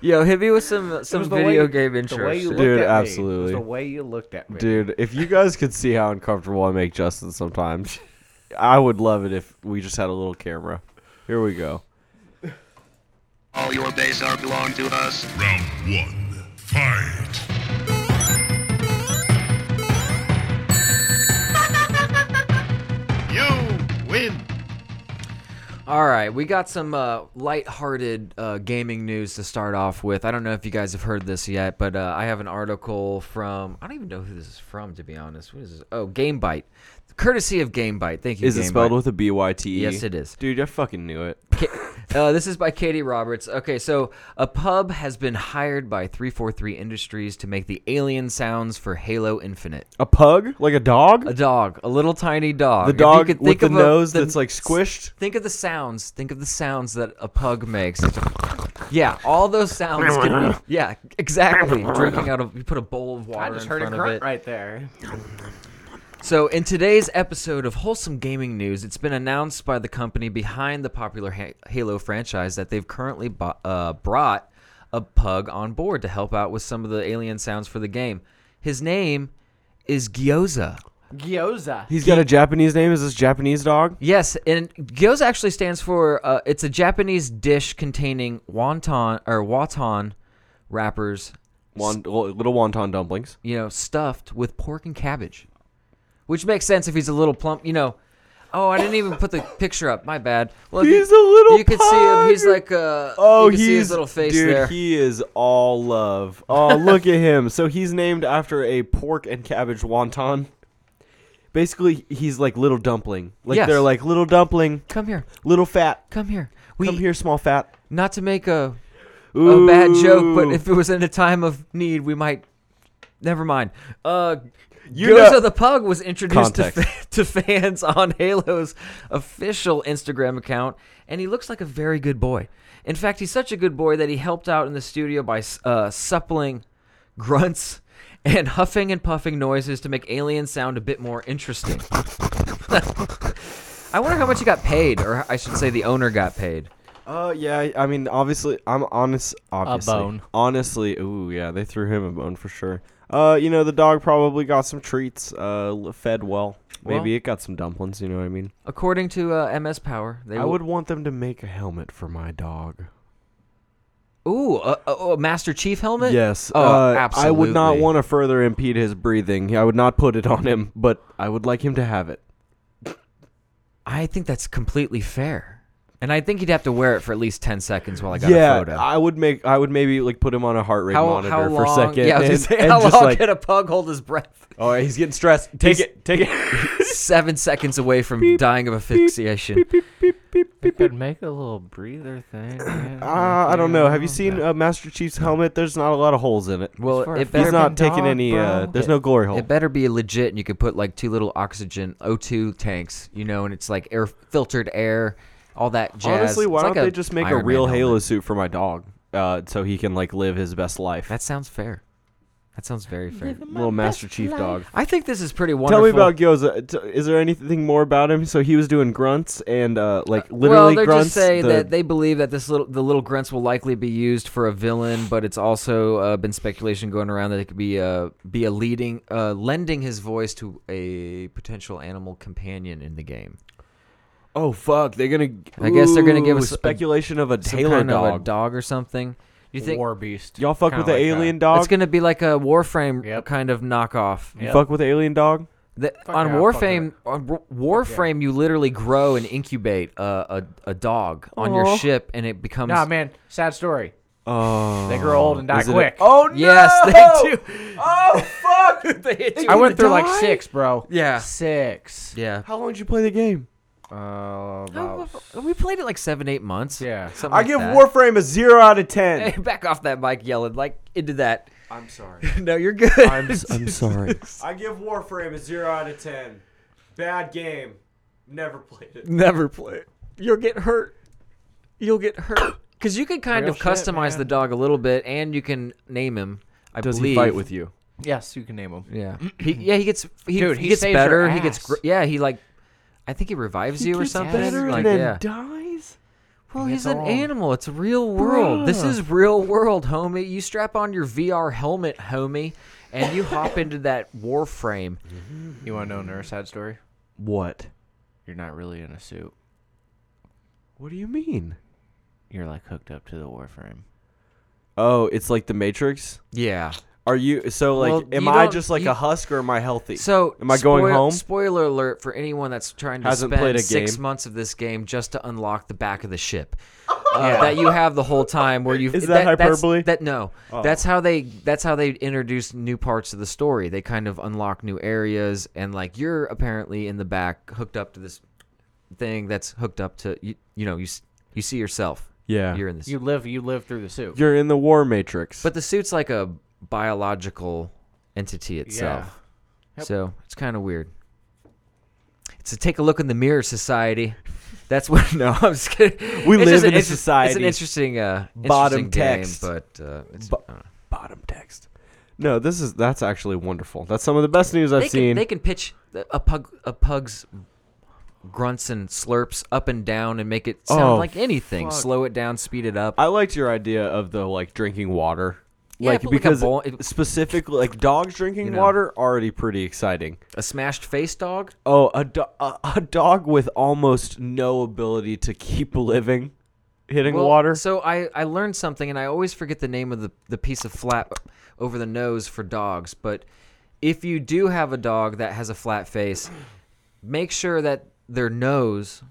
[SPEAKER 3] yo hit me with some some
[SPEAKER 7] the
[SPEAKER 3] video
[SPEAKER 7] way-
[SPEAKER 3] game
[SPEAKER 7] The
[SPEAKER 3] intro.
[SPEAKER 7] way you
[SPEAKER 3] shit.
[SPEAKER 7] looked
[SPEAKER 5] Dude,
[SPEAKER 7] at Me,
[SPEAKER 5] absolutely.
[SPEAKER 7] it was the way you looked at me.
[SPEAKER 5] Dude, if you guys could see how uncomfortable I make Justin sometimes, I would love it if we just had a little camera. Here we go.
[SPEAKER 9] All your days are belong to us.
[SPEAKER 10] Round one, fight.
[SPEAKER 9] You win.
[SPEAKER 3] All right, we got some uh, lighthearted uh, gaming news to start off with. I don't know if you guys have heard this yet, but uh, I have an article from I don't even know who this is from to be honest. What is this? Oh, GameBite, courtesy of GameBite. Thank you.
[SPEAKER 5] Is it
[SPEAKER 3] Game
[SPEAKER 5] spelled
[SPEAKER 3] Bite.
[SPEAKER 5] with a B Y T E?
[SPEAKER 3] Yes, it is.
[SPEAKER 5] Dude, I fucking knew it.
[SPEAKER 3] Ca- Uh, this is by Katie Roberts. Okay, so a pub has been hired by 343 Industries to make the alien sounds for Halo Infinite.
[SPEAKER 5] A pug? Like a dog?
[SPEAKER 3] A dog, a little tiny dog.
[SPEAKER 5] the
[SPEAKER 3] If you
[SPEAKER 5] dog
[SPEAKER 3] could
[SPEAKER 5] with
[SPEAKER 3] think
[SPEAKER 5] the
[SPEAKER 3] of a-
[SPEAKER 5] nose
[SPEAKER 3] the-
[SPEAKER 5] that's like squished?
[SPEAKER 3] Think of the sounds. Think of the sounds that a pug makes. Yeah, all those sounds. Can be, yeah, exactly. Drinking out of you put a bowl of water in front of it.
[SPEAKER 7] right there.
[SPEAKER 3] So, in today's episode of Wholesome Gaming News, it's been announced by the company behind the popular ha- Halo franchise that they've currently bu- uh, brought a pug on board to help out with some of the alien sounds for the game. His name is Gyoza.
[SPEAKER 7] Gyoza.
[SPEAKER 5] He's got a Japanese name. Is this Japanese dog?
[SPEAKER 3] Yes, and gyoza actually stands for uh, it's a Japanese dish containing wonton or wonton wrappers,
[SPEAKER 5] Wan- little wonton dumplings.
[SPEAKER 3] you know, stuffed with pork and cabbage. Which makes sense if he's a little plump, you know. Oh, I didn't even put the picture up. My bad. Well, if
[SPEAKER 5] He's a little
[SPEAKER 3] You can see him.
[SPEAKER 5] pug.
[SPEAKER 3] He's like uh
[SPEAKER 5] Oh,
[SPEAKER 3] you can
[SPEAKER 5] he's
[SPEAKER 3] see his little face
[SPEAKER 5] dude,
[SPEAKER 3] there.
[SPEAKER 5] He is all love. Oh, look at him. So he's named after a pork and cabbage wonton. Basically, he's like little dumpling. Like
[SPEAKER 3] Yes.
[SPEAKER 5] they're like little dumpling,
[SPEAKER 3] Come here.
[SPEAKER 5] little fat.
[SPEAKER 3] Come here. We
[SPEAKER 5] Come here, small fat.
[SPEAKER 3] not to make a a bad joke, but
[SPEAKER 5] Ooh.
[SPEAKER 3] if it was in a time of need, we might. Never mind. Uh,
[SPEAKER 5] You
[SPEAKER 3] Gyoza
[SPEAKER 5] know-
[SPEAKER 3] the Pug was introduced to,
[SPEAKER 5] Context.
[SPEAKER 3] fa- to fans on Halo's official Instagram account, and he looks like a very good boy. In fact, he's such a good boy that he helped out in the studio by s- uh, suppling grunts and huffing and puffing noises to make aliens sound a bit more interesting. I wonder how much he got paid, or I should say, the owner got paid.
[SPEAKER 5] Uh, yeah. I mean, obviously, I'm honest. Obviously,
[SPEAKER 7] bone.
[SPEAKER 5] Honestly, ooh, yeah, they threw him a bone for sure. Uh, you know, the dog probably got some treats. Uh, l- fed well. Maybe
[SPEAKER 3] Well-
[SPEAKER 5] it got some dumplings. You know what I mean?
[SPEAKER 3] According to uh, MS Power, they
[SPEAKER 5] I
[SPEAKER 3] will-
[SPEAKER 5] would want them to make a helmet for my dog.
[SPEAKER 3] Ooh, a, a, a Master Chief helmet?
[SPEAKER 5] Yes.
[SPEAKER 3] Oh,
[SPEAKER 5] uh,
[SPEAKER 3] absolutely.
[SPEAKER 5] I would not want to further impede his breathing. I would not put it on him, but I would like him to have it.
[SPEAKER 3] I think that's completely fair. And I think he'd have to wear it for at least 10 seconds while I got a
[SPEAKER 5] Yeah,
[SPEAKER 3] photo.
[SPEAKER 5] I would make. I would maybe like put him on a heart rate monitor for a second.
[SPEAKER 3] Yeah, I was
[SPEAKER 5] and,
[SPEAKER 3] gonna say,
[SPEAKER 5] and
[SPEAKER 3] how
[SPEAKER 5] just
[SPEAKER 3] long
[SPEAKER 5] like,
[SPEAKER 3] can a pug hold his breath?
[SPEAKER 5] oh, he's getting stressed. Take it. Take it.
[SPEAKER 3] Seven seconds away from dying of asphyxiation.
[SPEAKER 7] Could make a little breather thing. yeah.
[SPEAKER 5] Uh, I don't know. Have you seen uh, Master Chief's helmet? There's not a lot of holes in it.
[SPEAKER 3] Well,
[SPEAKER 7] for a
[SPEAKER 3] it
[SPEAKER 7] Better
[SPEAKER 3] better,
[SPEAKER 5] He's not
[SPEAKER 7] than
[SPEAKER 5] taking
[SPEAKER 7] dog,
[SPEAKER 5] any. Uh,
[SPEAKER 7] bro.
[SPEAKER 5] there's no glory hole.
[SPEAKER 3] it better be legit and you could put like two little oxygen O2 tanks, you know, and it's like air filtered air, all that jazz.
[SPEAKER 5] Honestly, why
[SPEAKER 3] It's
[SPEAKER 5] don't
[SPEAKER 3] like a
[SPEAKER 5] they just make a
[SPEAKER 3] Iron
[SPEAKER 5] real
[SPEAKER 3] Man
[SPEAKER 5] Halo
[SPEAKER 3] helmet.
[SPEAKER 5] suit for my dog, uh, so he can like live his best life?
[SPEAKER 3] That sounds fair. That sounds very fair.
[SPEAKER 5] little Master Chief dog.
[SPEAKER 3] I think this is pretty wonderful.
[SPEAKER 5] Tell me about Gyoza. T- Is there anything more about him? So he was doing grunts and uh, like
[SPEAKER 3] well,
[SPEAKER 5] literally
[SPEAKER 3] they're
[SPEAKER 5] grunts.
[SPEAKER 3] just saying
[SPEAKER 5] the-
[SPEAKER 3] that they believe that this little the little grunts will likely be used for a villain, but it's also uh, been speculation going around that it could be uh, be a leading uh, lending his voice to a potential animal companion in the game.
[SPEAKER 5] oh fuck, they're gonna.
[SPEAKER 3] I guess they're gonna give
[SPEAKER 5] Ooh,
[SPEAKER 3] us a-
[SPEAKER 5] speculation of a
[SPEAKER 3] Some
[SPEAKER 5] Halo
[SPEAKER 3] kind
[SPEAKER 5] dog.
[SPEAKER 3] of a dog or something. You think
[SPEAKER 7] War beast.
[SPEAKER 5] Y'all fuck
[SPEAKER 7] Kinda
[SPEAKER 5] with the
[SPEAKER 7] like
[SPEAKER 5] alien
[SPEAKER 7] that.
[SPEAKER 5] dog.
[SPEAKER 3] it's gonna be like a Warframe
[SPEAKER 7] Yep.
[SPEAKER 3] kind of knockoff?
[SPEAKER 5] You
[SPEAKER 7] Yep.
[SPEAKER 5] fuck with the alien dog.
[SPEAKER 3] The-
[SPEAKER 7] Fuck
[SPEAKER 3] on
[SPEAKER 7] yeah, fuck
[SPEAKER 3] Warframe, on Wa- Warframe, you literally grow and incubate a a, a dog on your ship, and it becomes
[SPEAKER 7] Nah, man. Sad story.
[SPEAKER 5] Oh,
[SPEAKER 7] They grow old and die
[SPEAKER 5] Is it a-
[SPEAKER 7] quick.
[SPEAKER 5] oh
[SPEAKER 3] Yes,
[SPEAKER 5] no!
[SPEAKER 3] they do.
[SPEAKER 5] Oh fuck!
[SPEAKER 3] They hit you
[SPEAKER 7] I
[SPEAKER 3] in
[SPEAKER 7] went
[SPEAKER 3] the
[SPEAKER 7] through like
[SPEAKER 3] dog.
[SPEAKER 7] six, bro.
[SPEAKER 3] Yeah.
[SPEAKER 7] Six.
[SPEAKER 3] Yeah.
[SPEAKER 5] How long did you play the game?
[SPEAKER 7] Uh, about,
[SPEAKER 3] Oh, we played it like seven, eight months.
[SPEAKER 7] yeah.
[SPEAKER 3] something
[SPEAKER 5] I
[SPEAKER 3] like
[SPEAKER 5] give
[SPEAKER 3] that.
[SPEAKER 5] Warframe a zero out of ten.
[SPEAKER 3] Hey, back off that mic, yelling like into that.
[SPEAKER 5] I'm sorry.
[SPEAKER 3] no, you're good.
[SPEAKER 5] I'm, s- I'm sorry. I give Warframe a zero out of ten. Bad game. Never played it.
[SPEAKER 3] Never play. it. You'll get hurt. You'll get hurt. Because you can kind
[SPEAKER 7] Real
[SPEAKER 3] of
[SPEAKER 7] shit,
[SPEAKER 3] customize
[SPEAKER 7] man.
[SPEAKER 3] the dog a little bit, and you can name him. I
[SPEAKER 5] Does
[SPEAKER 3] believe.
[SPEAKER 5] he fight with you?
[SPEAKER 7] Yes, you can name them.
[SPEAKER 3] Yeah. he, yeah, he gets. He,
[SPEAKER 7] Dude,
[SPEAKER 3] he,
[SPEAKER 7] he
[SPEAKER 3] gets
[SPEAKER 7] saves your
[SPEAKER 3] better. He gets.
[SPEAKER 7] ass.
[SPEAKER 3] Gr- yeah, he like. I think he revives you or something.
[SPEAKER 7] better
[SPEAKER 3] like,
[SPEAKER 5] and
[SPEAKER 3] yeah.
[SPEAKER 5] dies.
[SPEAKER 3] Well,
[SPEAKER 7] It's
[SPEAKER 3] he's an
[SPEAKER 7] all-
[SPEAKER 3] animal. It's real world. This is real world, homie. You strap on your VR helmet, homie, and you hop into that Warframe.
[SPEAKER 7] You want to know another sad story?
[SPEAKER 5] What?
[SPEAKER 7] You're not really in a suit.
[SPEAKER 5] What do you mean?
[SPEAKER 7] You're like hooked up to the Warframe.
[SPEAKER 5] Oh, it's like the Matrix.
[SPEAKER 3] Yeah.
[SPEAKER 5] Are you so like?
[SPEAKER 3] Well,
[SPEAKER 5] am
[SPEAKER 3] you
[SPEAKER 5] I
[SPEAKER 3] don't-
[SPEAKER 5] just like
[SPEAKER 3] you-
[SPEAKER 5] a husk or am I healthy?
[SPEAKER 3] So,
[SPEAKER 5] am I going
[SPEAKER 3] spoil-
[SPEAKER 5] home?
[SPEAKER 3] Spoiler alert for anyone that's trying to
[SPEAKER 5] Hasn't
[SPEAKER 3] spend
[SPEAKER 5] played a
[SPEAKER 3] six
[SPEAKER 5] game.
[SPEAKER 3] months of this game just to unlock the back of the ship uh, that you have the whole time. Where you
[SPEAKER 5] Is that hyperbole? Oh.
[SPEAKER 3] That no, that's how they that's how they introduce new parts of the story. They kind of unlock new areas, and like you're apparently in the back hooked up to this thing that's hooked up to you. You know you. s- You see yourself.
[SPEAKER 5] Yeah.
[SPEAKER 3] You're in the
[SPEAKER 7] You
[SPEAKER 3] suit.
[SPEAKER 7] live. You live through the suit.
[SPEAKER 5] You're in the war matrix.
[SPEAKER 3] But the suit's like a biological entity itself.
[SPEAKER 7] Yep.
[SPEAKER 3] So it's kind of weird. It's a take a look in the mirror society. That's what. No, I'm just kidding.
[SPEAKER 5] We
[SPEAKER 3] It's just an
[SPEAKER 5] live in a
[SPEAKER 3] interest- It's an
[SPEAKER 5] society.
[SPEAKER 3] interesting, uh,
[SPEAKER 5] Bottom
[SPEAKER 3] interesting game,
[SPEAKER 5] text.
[SPEAKER 3] but uh, it's,
[SPEAKER 5] Bo-
[SPEAKER 3] I don't know.
[SPEAKER 5] bottom text. No, this is that's actually wonderful. That's some of the best news I've
[SPEAKER 3] they
[SPEAKER 5] seen.
[SPEAKER 3] Can, they can pitch the- a pug, a pug's grunts and slurps up and down and make it sound
[SPEAKER 5] Oh,
[SPEAKER 3] like anything.
[SPEAKER 5] fuck.
[SPEAKER 3] Slow it down, speed it up.
[SPEAKER 5] I liked your idea of the like drinking water.
[SPEAKER 3] Yeah,
[SPEAKER 5] like
[SPEAKER 3] but like a
[SPEAKER 5] because
[SPEAKER 3] bowl- it-
[SPEAKER 5] specifically like dogs drinking
[SPEAKER 3] You know.
[SPEAKER 5] water already pretty exciting.
[SPEAKER 3] a smashed face dog.
[SPEAKER 5] Oh, a, do- a a dog with almost no ability to keep living hitting
[SPEAKER 3] Well,
[SPEAKER 5] water.
[SPEAKER 3] So I, I learned something, and I always forget the name of the, the piece of flap over the nose for dogs. But if you do have a dog that has a flat face, make sure that their nose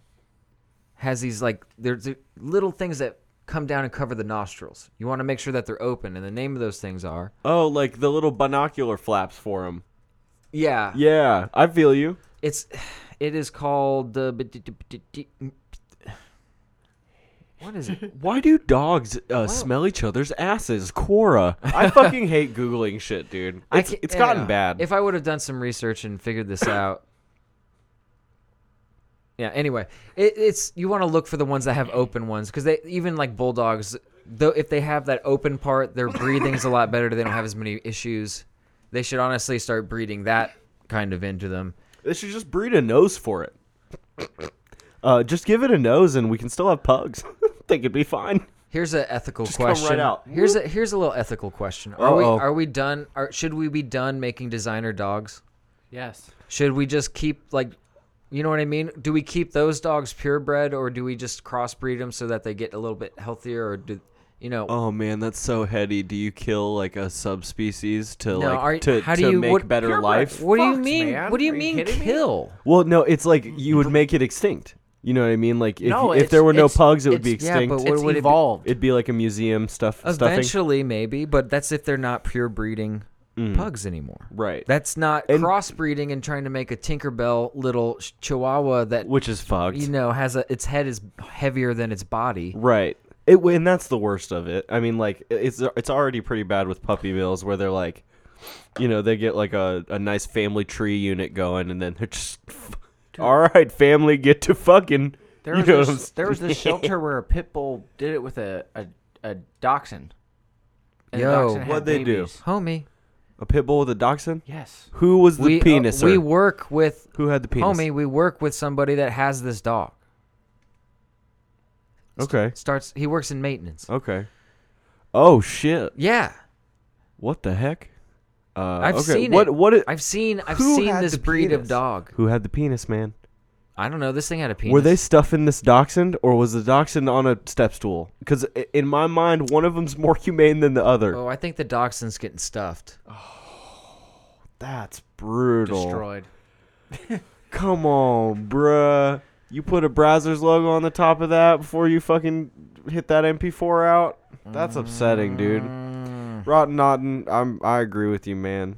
[SPEAKER 3] has these like there's little things that come down and cover the nostrils. You want to make sure that they're open, and the name of those things are
[SPEAKER 5] oh, like the little binocular flaps for him.
[SPEAKER 3] yeah.
[SPEAKER 5] Yeah, I feel you.
[SPEAKER 3] It's it is called uh, the what is it?
[SPEAKER 5] Why do dogs uh, smell each other's asses? Quora. I fucking hate googling shit, dude.
[SPEAKER 3] I
[SPEAKER 5] It's,
[SPEAKER 3] can't-
[SPEAKER 5] it's
[SPEAKER 3] yeah.
[SPEAKER 5] gotten bad.
[SPEAKER 3] If I would have done some research and figured this out. Yeah. Anyway, it, it's you want to look for the ones that have open ones because they even like bulldogs, though if they have that open part, their breathing's a lot better. They don't have as many issues. They should honestly start breeding that kind of into them.
[SPEAKER 5] They should just breed a nose for it. Uh, just give it a nose, and we can still have pugs. they could be fine.
[SPEAKER 3] Here's an ethical
[SPEAKER 5] come right
[SPEAKER 3] question.
[SPEAKER 5] out.
[SPEAKER 3] Here's a here's a little ethical question. Are we
[SPEAKER 5] Uh-oh.
[SPEAKER 3] are we done? Are, should we be done making designer dogs?
[SPEAKER 7] Yes.
[SPEAKER 3] Should we just keep like, you know what I mean? Do we keep those dogs purebred, or do we just crossbreed them so that they get a little bit healthier, or do you know?
[SPEAKER 5] Oh man, that's so heady. Do you kill like a subspecies to like
[SPEAKER 3] are-
[SPEAKER 5] to,
[SPEAKER 3] how do
[SPEAKER 5] to
[SPEAKER 3] you-
[SPEAKER 5] make
[SPEAKER 3] what-
[SPEAKER 5] better life?
[SPEAKER 3] what do you
[SPEAKER 7] fucked,
[SPEAKER 3] mean?
[SPEAKER 7] man.
[SPEAKER 3] What do you
[SPEAKER 7] Are you
[SPEAKER 3] mean
[SPEAKER 7] kidding me?
[SPEAKER 3] kill?
[SPEAKER 5] Well, no, it's like you would make it extinct. You know what I mean? Like if,
[SPEAKER 7] No,
[SPEAKER 5] if there
[SPEAKER 7] it's-
[SPEAKER 5] were no
[SPEAKER 7] it's-
[SPEAKER 5] pugs, it would be
[SPEAKER 3] it's- yeah,
[SPEAKER 5] extinct.
[SPEAKER 3] but what
[SPEAKER 7] it's
[SPEAKER 3] would it be?
[SPEAKER 7] evolved.
[SPEAKER 5] It'd be like a museum stuff stuffing.
[SPEAKER 3] Eventually, maybe, but that's if they're not pure breeding pugs anymore.
[SPEAKER 5] Mm. Right.
[SPEAKER 3] That's not
[SPEAKER 5] And-
[SPEAKER 3] crossbreeding and trying to make a Tinkerbell little sh- Chihuahua that
[SPEAKER 5] which is fucked.
[SPEAKER 3] you know has a its head is heavier than its body.
[SPEAKER 5] Right. It w- and that's the worst of it. I mean, like it's it's already pretty bad with puppy mills where they're like, you know, they get like a, a nice family tree unit going, and then they're just, all right, family, get to fucking.
[SPEAKER 7] There
[SPEAKER 5] you
[SPEAKER 7] was,
[SPEAKER 5] know what I'm
[SPEAKER 7] this, there was this
[SPEAKER 5] saying?
[SPEAKER 7] shelter where a pit bull did it with a a, a dachshund. And the
[SPEAKER 3] Yo.
[SPEAKER 7] dachshund had
[SPEAKER 5] What'd they do?
[SPEAKER 7] babies.
[SPEAKER 3] Homie,
[SPEAKER 5] a pit bull with a dachshund.
[SPEAKER 7] Yes.
[SPEAKER 5] Who was the
[SPEAKER 3] we uh,
[SPEAKER 5] penis?
[SPEAKER 3] we work with
[SPEAKER 5] Who had the penis?
[SPEAKER 3] homie. We work with somebody that has this dog.
[SPEAKER 5] Okay.
[SPEAKER 3] Starts. He works in maintenance.
[SPEAKER 5] Okay. Oh shit!
[SPEAKER 3] Yeah,
[SPEAKER 5] What the heck? Uh,
[SPEAKER 3] I've
[SPEAKER 5] okay.
[SPEAKER 3] seen
[SPEAKER 5] what,
[SPEAKER 3] it.
[SPEAKER 5] What? It,
[SPEAKER 3] I've seen. I've
[SPEAKER 5] who
[SPEAKER 3] seen
[SPEAKER 5] had
[SPEAKER 3] this
[SPEAKER 5] the
[SPEAKER 3] breed of
[SPEAKER 5] penis?
[SPEAKER 3] dog.
[SPEAKER 5] Who had the penis, man?
[SPEAKER 3] I don't know. This thing had a penis.
[SPEAKER 5] Were they stuffing this dachshund, or was the dachshund on a step stool? Because in my mind, one of them's more humane than the other.
[SPEAKER 3] Oh, I think the dachshund's getting stuffed.
[SPEAKER 5] That's brutal.
[SPEAKER 7] Destroyed.
[SPEAKER 5] Come on, bruh. You put a Brazzers logo on the top of that before you fucking hit that MP4 out. That's upsetting, dude.
[SPEAKER 3] Mm.
[SPEAKER 5] Rotten Notten, I'm I agree with you, man.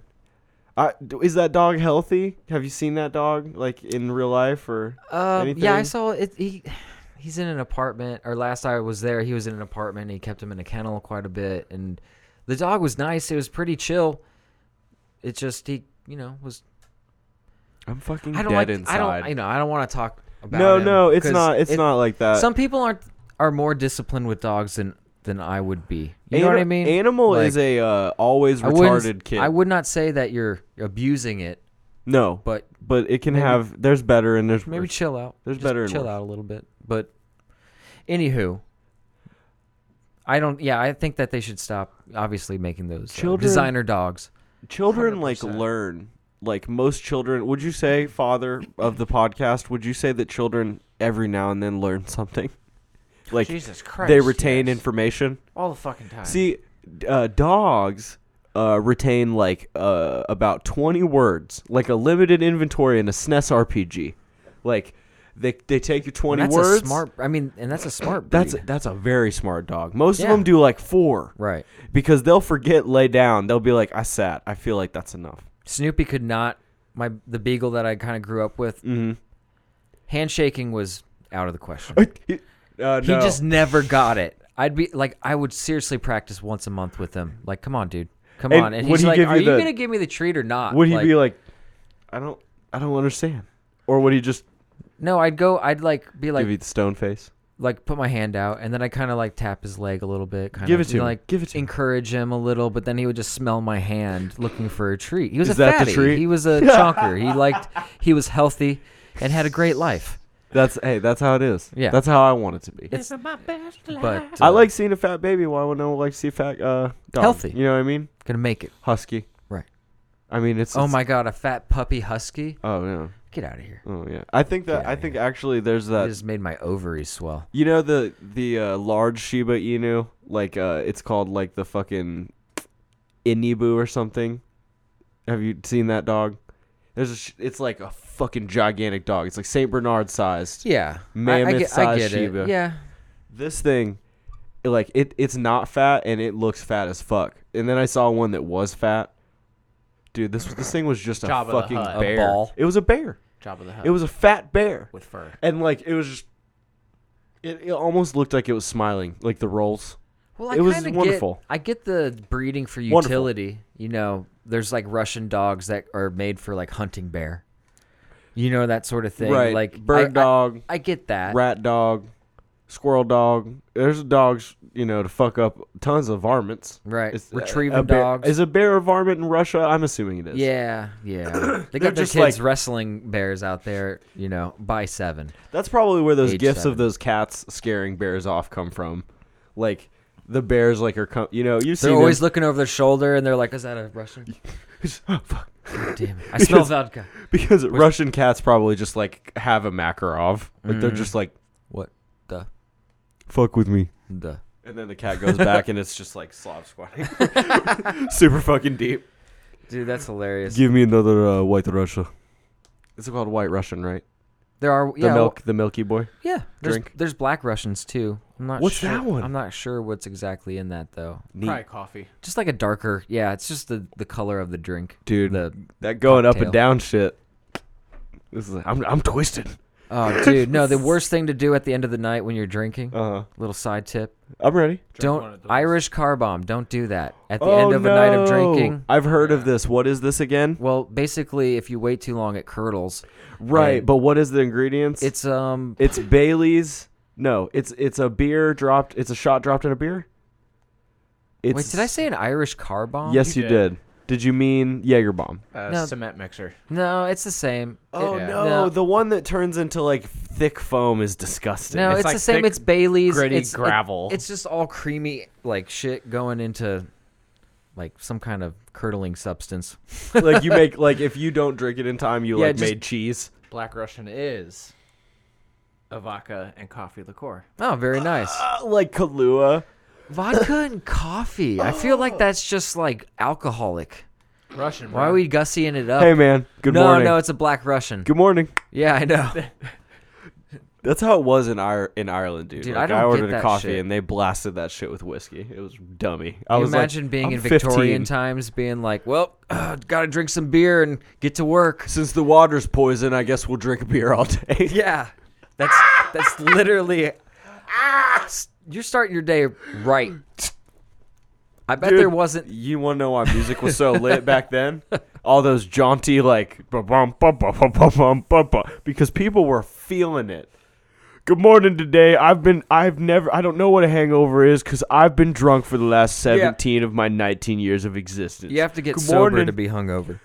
[SPEAKER 5] I, d- is that dog healthy? Have you seen that dog like in real life or
[SPEAKER 3] Um,
[SPEAKER 5] anything?
[SPEAKER 3] yeah, I saw it. He, he's in an apartment. Or last I was there, he was in an apartment. He kept him in a kennel quite a bit, and the dog was nice. It was pretty chill. It just he, you know, was.
[SPEAKER 5] I'm fucking
[SPEAKER 3] I don't
[SPEAKER 5] dead
[SPEAKER 3] like.
[SPEAKER 5] inside.
[SPEAKER 3] I don't. You know. I don't want to talk about.
[SPEAKER 5] no,
[SPEAKER 3] him
[SPEAKER 5] no, it's
[SPEAKER 3] 'cause
[SPEAKER 5] not. It's
[SPEAKER 3] it-
[SPEAKER 5] not like that.
[SPEAKER 3] Some people aren't are more disciplined with dogs than than I would be. You know
[SPEAKER 5] Ani-
[SPEAKER 3] what I mean?
[SPEAKER 5] Animal
[SPEAKER 3] Like,
[SPEAKER 5] is a uh, always
[SPEAKER 3] I wouldn't-
[SPEAKER 5] retarded kid.
[SPEAKER 3] I would not say that you're abusing it,
[SPEAKER 5] no, but
[SPEAKER 3] but
[SPEAKER 5] but it can
[SPEAKER 3] maybe-
[SPEAKER 5] have. There's better and there's
[SPEAKER 3] maybe
[SPEAKER 5] worse.
[SPEAKER 3] chill out.
[SPEAKER 5] There's
[SPEAKER 3] Just
[SPEAKER 5] better and
[SPEAKER 3] chill
[SPEAKER 5] worse.
[SPEAKER 3] out a little bit. But anywho, I don't. Yeah, I think that they should stop. Obviously, making those uh,
[SPEAKER 5] Children-
[SPEAKER 3] designer dogs.
[SPEAKER 5] children like learn. Like most children, would you say, father of the podcast, would you say that children every now and then learn something? Like
[SPEAKER 7] Jesus Christ.
[SPEAKER 5] they retain
[SPEAKER 7] yes.
[SPEAKER 5] information.
[SPEAKER 7] all the fucking time.
[SPEAKER 5] See, d- uh, dogs uh, retain like uh, about 20 words, like a limited inventory in a E SNES RPG. Like they they take your 20
[SPEAKER 3] That's
[SPEAKER 5] words.
[SPEAKER 3] a smart. I mean, and that's a smart. Breed.
[SPEAKER 5] That's that's a very smart dog. Most of
[SPEAKER 3] Yeah.
[SPEAKER 5] them do like four,
[SPEAKER 3] right.
[SPEAKER 5] Because they'll forget lay down. They'll be like, I sat. I feel like that's enough.
[SPEAKER 3] Snoopy could not. My the
[SPEAKER 5] Mm.
[SPEAKER 3] Mm-hmm. beagle that I kind of grew up with. Handshaking was out of the question.
[SPEAKER 5] Uh,
[SPEAKER 3] He
[SPEAKER 5] no.
[SPEAKER 3] just never got it. I'd be like, I would seriously practice once a month with him. Like, come on, dude, come
[SPEAKER 5] And
[SPEAKER 3] on. And
[SPEAKER 5] would
[SPEAKER 3] he's
[SPEAKER 5] he
[SPEAKER 3] like,
[SPEAKER 5] give you
[SPEAKER 3] Are you
[SPEAKER 5] the-
[SPEAKER 3] gonna give me the treat or not?
[SPEAKER 5] Would he be like, I don't, I don't understand, or would he just
[SPEAKER 3] No, I'd go. I'd like be like,
[SPEAKER 5] give you the stone face?
[SPEAKER 3] like put my hand out, and then I kind of like tap his leg a little bit. Kind
[SPEAKER 5] Give
[SPEAKER 3] of,
[SPEAKER 5] it to him.
[SPEAKER 3] Like,
[SPEAKER 5] Give it to him.
[SPEAKER 3] Encourage him a little, but then he would just smell my hand looking for a treat. He was a
[SPEAKER 5] Is that the
[SPEAKER 3] fatty.
[SPEAKER 5] treat?
[SPEAKER 3] He was a chonker. He liked. He was healthy, and had a great life.
[SPEAKER 5] That's hey, that's how it is.
[SPEAKER 3] Yeah.
[SPEAKER 5] that's how I want it to be.
[SPEAKER 3] It's but
[SPEAKER 5] I
[SPEAKER 3] uh,
[SPEAKER 5] like seeing a fat baby. Why would no one like to see a fat uh dog?
[SPEAKER 3] Healthy.
[SPEAKER 5] You know what I mean?
[SPEAKER 3] gonna make it
[SPEAKER 5] Husky.
[SPEAKER 3] right.
[SPEAKER 5] I mean, it's
[SPEAKER 3] Oh
[SPEAKER 5] it's-
[SPEAKER 3] my god, a fat puppy husky.
[SPEAKER 5] Oh yeah.
[SPEAKER 3] Get out of here.
[SPEAKER 5] Oh yeah. I think that I think actually there's
[SPEAKER 3] It
[SPEAKER 5] that.
[SPEAKER 3] just made my ovaries swell.
[SPEAKER 5] You know the the uh, large Shiba Inu, like uh, it's called like the fucking Inibu or something. Have you seen that dog? There's a sh- it's like a fucking gigantic dog. It's like Saint Bernard sized.
[SPEAKER 3] Yeah,
[SPEAKER 5] Mammoth
[SPEAKER 3] get-
[SPEAKER 5] size
[SPEAKER 3] get it.
[SPEAKER 5] Shiba.
[SPEAKER 3] Yeah,
[SPEAKER 5] This thing, it, like it, it's not fat and it looks fat as fuck. And then I saw one that was fat. Dude, this this thing was just a
[SPEAKER 7] Jabba the
[SPEAKER 5] fucking
[SPEAKER 7] Hutt. A
[SPEAKER 5] bear.
[SPEAKER 3] ball.
[SPEAKER 5] It was a bear.
[SPEAKER 7] Job of the Hutt.
[SPEAKER 5] It was a fat bear
[SPEAKER 7] with fur.
[SPEAKER 5] and like it was just it, it almost looked like it was smiling like the rolls
[SPEAKER 3] Well, I
[SPEAKER 5] It was
[SPEAKER 3] kinda get-
[SPEAKER 5] wonderful.
[SPEAKER 3] I get the breeding for
[SPEAKER 5] Wonderful.
[SPEAKER 3] utility. You know, there's like Russian dogs that are made for like hunting bear. You know that sort of thing,
[SPEAKER 5] Right,
[SPEAKER 3] Like
[SPEAKER 5] bird
[SPEAKER 3] I- I-
[SPEAKER 5] dog,
[SPEAKER 3] I, get that.
[SPEAKER 5] rat dog squirrel dog there's dogs you know to fuck up tons of varmints
[SPEAKER 3] Right.
[SPEAKER 5] It's- uh,
[SPEAKER 3] Retrieving
[SPEAKER 5] a bear-
[SPEAKER 3] dogs.
[SPEAKER 5] is a bear a varmint in russia i'm assuming it is
[SPEAKER 3] Yeah, yeah. They
[SPEAKER 5] They're
[SPEAKER 3] got their
[SPEAKER 5] just
[SPEAKER 3] kids
[SPEAKER 5] like-
[SPEAKER 3] wrestling bears out there. You know, by seven.
[SPEAKER 5] that's probably where those
[SPEAKER 3] Age
[SPEAKER 5] gifs
[SPEAKER 3] seven.
[SPEAKER 5] of those cats scaring bears off come from like the bears like are com- you know you've
[SPEAKER 3] They're
[SPEAKER 5] seen
[SPEAKER 3] always
[SPEAKER 5] them.
[SPEAKER 3] looking over their shoulder, and they're like, "Is that a Russian?
[SPEAKER 5] oh, fuck.
[SPEAKER 3] Damn it! I smell
[SPEAKER 5] Because-
[SPEAKER 3] vodka."
[SPEAKER 5] because russian cats probably just like have a makarov like
[SPEAKER 3] Mm-hmm.
[SPEAKER 5] they're just like
[SPEAKER 3] What the
[SPEAKER 5] fuck with me
[SPEAKER 3] the?
[SPEAKER 5] And then the cat goes back and it's just like slob squatting. Super fucking deep.
[SPEAKER 3] Dude, that's hilarious.
[SPEAKER 5] Give me another uh, white Russia. It's called white Russian, right?
[SPEAKER 3] there are
[SPEAKER 5] The
[SPEAKER 3] yeah, well-
[SPEAKER 5] milk, the Milky Boy.
[SPEAKER 3] Yeah, there's,
[SPEAKER 5] drink.
[SPEAKER 3] There's black Russians too. I'm not.
[SPEAKER 5] What's
[SPEAKER 3] sure.
[SPEAKER 5] that one?
[SPEAKER 3] I'm not sure what's exactly in that though.
[SPEAKER 7] Probably coffee.
[SPEAKER 3] Just like a darker. Yeah, it's just the the color of the drink,
[SPEAKER 5] Dude,
[SPEAKER 3] The
[SPEAKER 5] that going up
[SPEAKER 3] cocktail.
[SPEAKER 5] and down shit. This is I'm I'm twisted.
[SPEAKER 3] oh, dude, no. The worst thing to do at the end of the night when you're drinking.
[SPEAKER 5] Uh-huh.
[SPEAKER 3] Little side tip:
[SPEAKER 5] I'm ready.
[SPEAKER 3] don't Irish car bomb. Don't do that at
[SPEAKER 5] Oh,
[SPEAKER 3] the end of a night of drinking.
[SPEAKER 5] I've heard of this. What is this again?
[SPEAKER 3] Well, basically, if you wait too long, it curdles.
[SPEAKER 5] Right,
[SPEAKER 3] And
[SPEAKER 5] but what is the ingredients?
[SPEAKER 3] it's um.
[SPEAKER 5] it's Bailey's. No, it's it's a beer dropped. It's a shot dropped in a beer. It's,
[SPEAKER 3] wait, did I say an Irish car bomb?
[SPEAKER 5] Yes, you, did. Did you mean Jaeger bomb?
[SPEAKER 7] Uh,
[SPEAKER 3] No.
[SPEAKER 7] Cement mixer.
[SPEAKER 3] No, it's the same.
[SPEAKER 5] Oh
[SPEAKER 3] It-
[SPEAKER 5] no, the one that turns into like thick foam is disgusting.
[SPEAKER 3] No, it's,
[SPEAKER 7] like
[SPEAKER 3] the same.
[SPEAKER 7] thick,
[SPEAKER 3] it's Bailey's.
[SPEAKER 7] gritty
[SPEAKER 3] it's, it-
[SPEAKER 7] gravel.
[SPEAKER 3] it's just all creamy, like shit going into like some kind of curdling substance.
[SPEAKER 5] like you make like if you don't drink it in time, you
[SPEAKER 3] Yeah,
[SPEAKER 5] like
[SPEAKER 3] just-
[SPEAKER 5] made cheese.
[SPEAKER 7] Black Russian is a vodka and coffee liqueur.
[SPEAKER 3] Oh, very nice.
[SPEAKER 5] Uh, like Kahlua.
[SPEAKER 3] Vodka and coffee. I feel like that's just like alcoholic.
[SPEAKER 7] Russian.
[SPEAKER 3] Why
[SPEAKER 7] bro.
[SPEAKER 3] are we gussying it up?
[SPEAKER 5] Hey man, good
[SPEAKER 3] no,
[SPEAKER 5] morning.
[SPEAKER 3] no, it's a black Russian.
[SPEAKER 5] good morning.
[SPEAKER 3] Yeah, I know.
[SPEAKER 5] That's how it was in Ir- in Ireland, dude.
[SPEAKER 3] Dude, I
[SPEAKER 5] like
[SPEAKER 3] don't
[SPEAKER 5] I
[SPEAKER 3] get
[SPEAKER 5] ordered a
[SPEAKER 3] that
[SPEAKER 5] coffee
[SPEAKER 3] shit.
[SPEAKER 5] and they blasted that shit with whiskey. It was dummy. I
[SPEAKER 3] I
[SPEAKER 5] was like,
[SPEAKER 3] imagine being
[SPEAKER 5] I'm
[SPEAKER 3] in Victorian
[SPEAKER 5] 15.
[SPEAKER 3] times, being like, "Well, gotta drink some beer and get to work."
[SPEAKER 5] Since the water's poison, I guess we'll drink beer all day.
[SPEAKER 3] Yeah, that's that's literally. You're starting your day right. I bet there
[SPEAKER 5] Dude,
[SPEAKER 3] wasn't.
[SPEAKER 5] You want to know why music was so lit back then? All those jaunty like ba-bum, ba-bum, ba-bum, ba-bum, ba-bum, because people were feeling it. Good morning today. I've been I've never I don't know what a hangover is cuz I've been drunk for the last 17 of my 19 years of existence.
[SPEAKER 3] You have to get
[SPEAKER 5] Good
[SPEAKER 3] sober
[SPEAKER 5] morning.
[SPEAKER 3] to be hungover.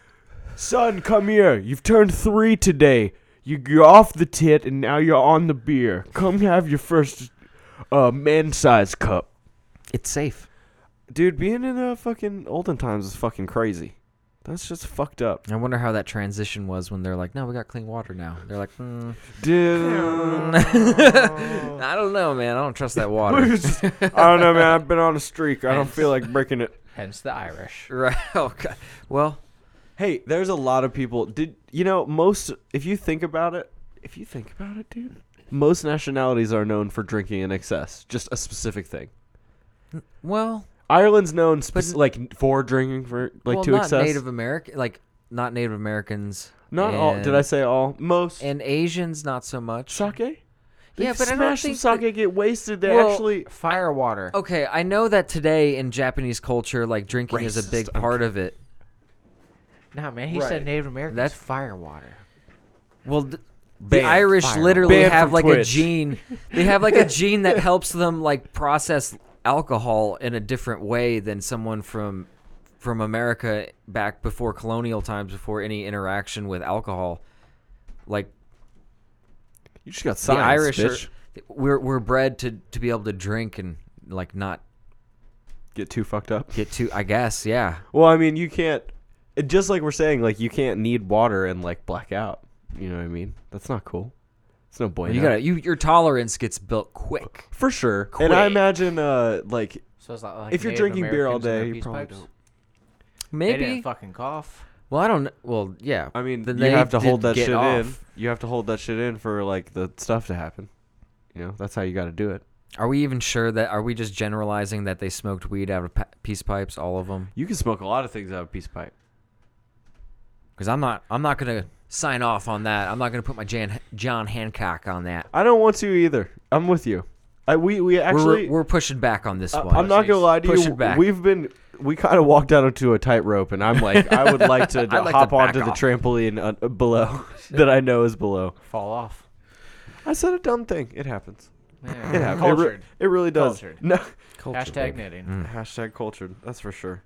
[SPEAKER 5] Son, come here. You've turned 3 today. You, you're off the tit and now you're on the beer. Come have your first uh man size cup.
[SPEAKER 3] It's safe.
[SPEAKER 5] Dude, being in uh, fucking olden times is fucking crazy. That's just fucked up.
[SPEAKER 3] I wonder how that transition was when they're like, "No, we got clean water now." They're like, mm,
[SPEAKER 5] Dude.
[SPEAKER 3] "I don't know, man. I don't trust that
[SPEAKER 5] I
[SPEAKER 3] water."
[SPEAKER 5] don't know, man. I've been on a streak. I don't feel like breaking it.
[SPEAKER 7] Hence the Irish.
[SPEAKER 3] right? Oh, God. Well,
[SPEAKER 5] Hey, there's a lot of people. Did you know most? If you think about it, if you think about it, dude, most nationalities are known for drinking in excess. Just a specific thing.
[SPEAKER 3] well,
[SPEAKER 5] Ireland's known spec-
[SPEAKER 3] But-
[SPEAKER 5] like for drinking for like
[SPEAKER 3] well,
[SPEAKER 5] to
[SPEAKER 3] not
[SPEAKER 5] excess.
[SPEAKER 3] Native American, like not Native Americans.
[SPEAKER 5] not all. Did I
[SPEAKER 3] and-
[SPEAKER 5] say all? Most
[SPEAKER 3] And Asians, not so much.
[SPEAKER 5] sake. They
[SPEAKER 3] Yeah, but I don't
[SPEAKER 5] smash some
[SPEAKER 3] think
[SPEAKER 5] sake,
[SPEAKER 3] that-
[SPEAKER 5] get wasted. They
[SPEAKER 3] Well,
[SPEAKER 5] actually
[SPEAKER 7] Fire water.
[SPEAKER 3] Okay, I know that today in Japanese culture, like drinking is a big part of it.
[SPEAKER 7] Nah, man, he
[SPEAKER 5] Right.
[SPEAKER 7] said Native American. That's fire water.
[SPEAKER 3] Well, th- the Irish
[SPEAKER 7] Fire.
[SPEAKER 3] literally
[SPEAKER 5] Banned
[SPEAKER 3] have
[SPEAKER 5] from
[SPEAKER 3] like a
[SPEAKER 5] Twitch.
[SPEAKER 3] gene. They have like a gene that helps them like process alcohol in a different way than someone from from America back before colonial times, before any interaction with alcohol. Like
[SPEAKER 5] you just got
[SPEAKER 3] the
[SPEAKER 5] science,
[SPEAKER 3] Irish,
[SPEAKER 5] bitch.
[SPEAKER 3] are, we're we're bred to to be able to drink and like not
[SPEAKER 5] get too fucked up.
[SPEAKER 3] get too. I guess, yeah.
[SPEAKER 5] Well, I mean, you can't. it- Just like we're saying, like you can't need water and like black out. You know what I mean? That's not cool. It's no bueno.
[SPEAKER 3] You gotta you your tolerance gets built quick.
[SPEAKER 5] for sure. And I
[SPEAKER 3] Quick.
[SPEAKER 5] imagine, uh, like
[SPEAKER 7] So it's like, like
[SPEAKER 5] If you're
[SPEAKER 7] Native
[SPEAKER 5] drinking beer all
[SPEAKER 7] Americans and their
[SPEAKER 5] day, you
[SPEAKER 7] peace
[SPEAKER 5] probably
[SPEAKER 7] pipes.
[SPEAKER 5] don't.
[SPEAKER 7] They
[SPEAKER 3] Maybe
[SPEAKER 7] didn't fucking cough.
[SPEAKER 3] Well, I don't. kn- Well, yeah.
[SPEAKER 5] I mean,
[SPEAKER 3] then
[SPEAKER 5] you
[SPEAKER 3] they
[SPEAKER 5] have to
[SPEAKER 3] did
[SPEAKER 5] hold that
[SPEAKER 3] get
[SPEAKER 5] shit in.
[SPEAKER 3] off.
[SPEAKER 5] You have to hold that shit in for like the stuff to happen. You know, that's how you got to do it.
[SPEAKER 3] Are we even sure that? Are we just generalizing that they smoked weed out of pa- peace pipes, all of them?
[SPEAKER 5] You can smoke a lot of things out of a piece of pipe.
[SPEAKER 3] Because I'm not. I'm not gonna sign off on that. I'm not gonna put my Jan, John Hancock on that.
[SPEAKER 5] I don't want to either. I'm with you. I, we we actually
[SPEAKER 3] we're, we're pushing back on this
[SPEAKER 5] I-
[SPEAKER 3] one.
[SPEAKER 5] I'm not gonna lie to
[SPEAKER 3] Push
[SPEAKER 5] you.
[SPEAKER 3] it back.
[SPEAKER 5] We've been we kind of walked out onto a tightrope, and I'm like, I would like to
[SPEAKER 3] I'd like
[SPEAKER 5] hop
[SPEAKER 3] to back
[SPEAKER 5] onto the
[SPEAKER 3] off.
[SPEAKER 5] trampoline uh, below that I know is below.
[SPEAKER 7] Fall off.
[SPEAKER 5] I said a dumb thing. It happens.
[SPEAKER 7] Yeah.
[SPEAKER 5] It happens. It, re-
[SPEAKER 7] Cultured.
[SPEAKER 5] it really does.
[SPEAKER 7] Cultured.
[SPEAKER 5] No.
[SPEAKER 7] Hashtag knitting.
[SPEAKER 5] Mm.
[SPEAKER 3] Hmm.
[SPEAKER 5] Hashtag cultured. That's for sure.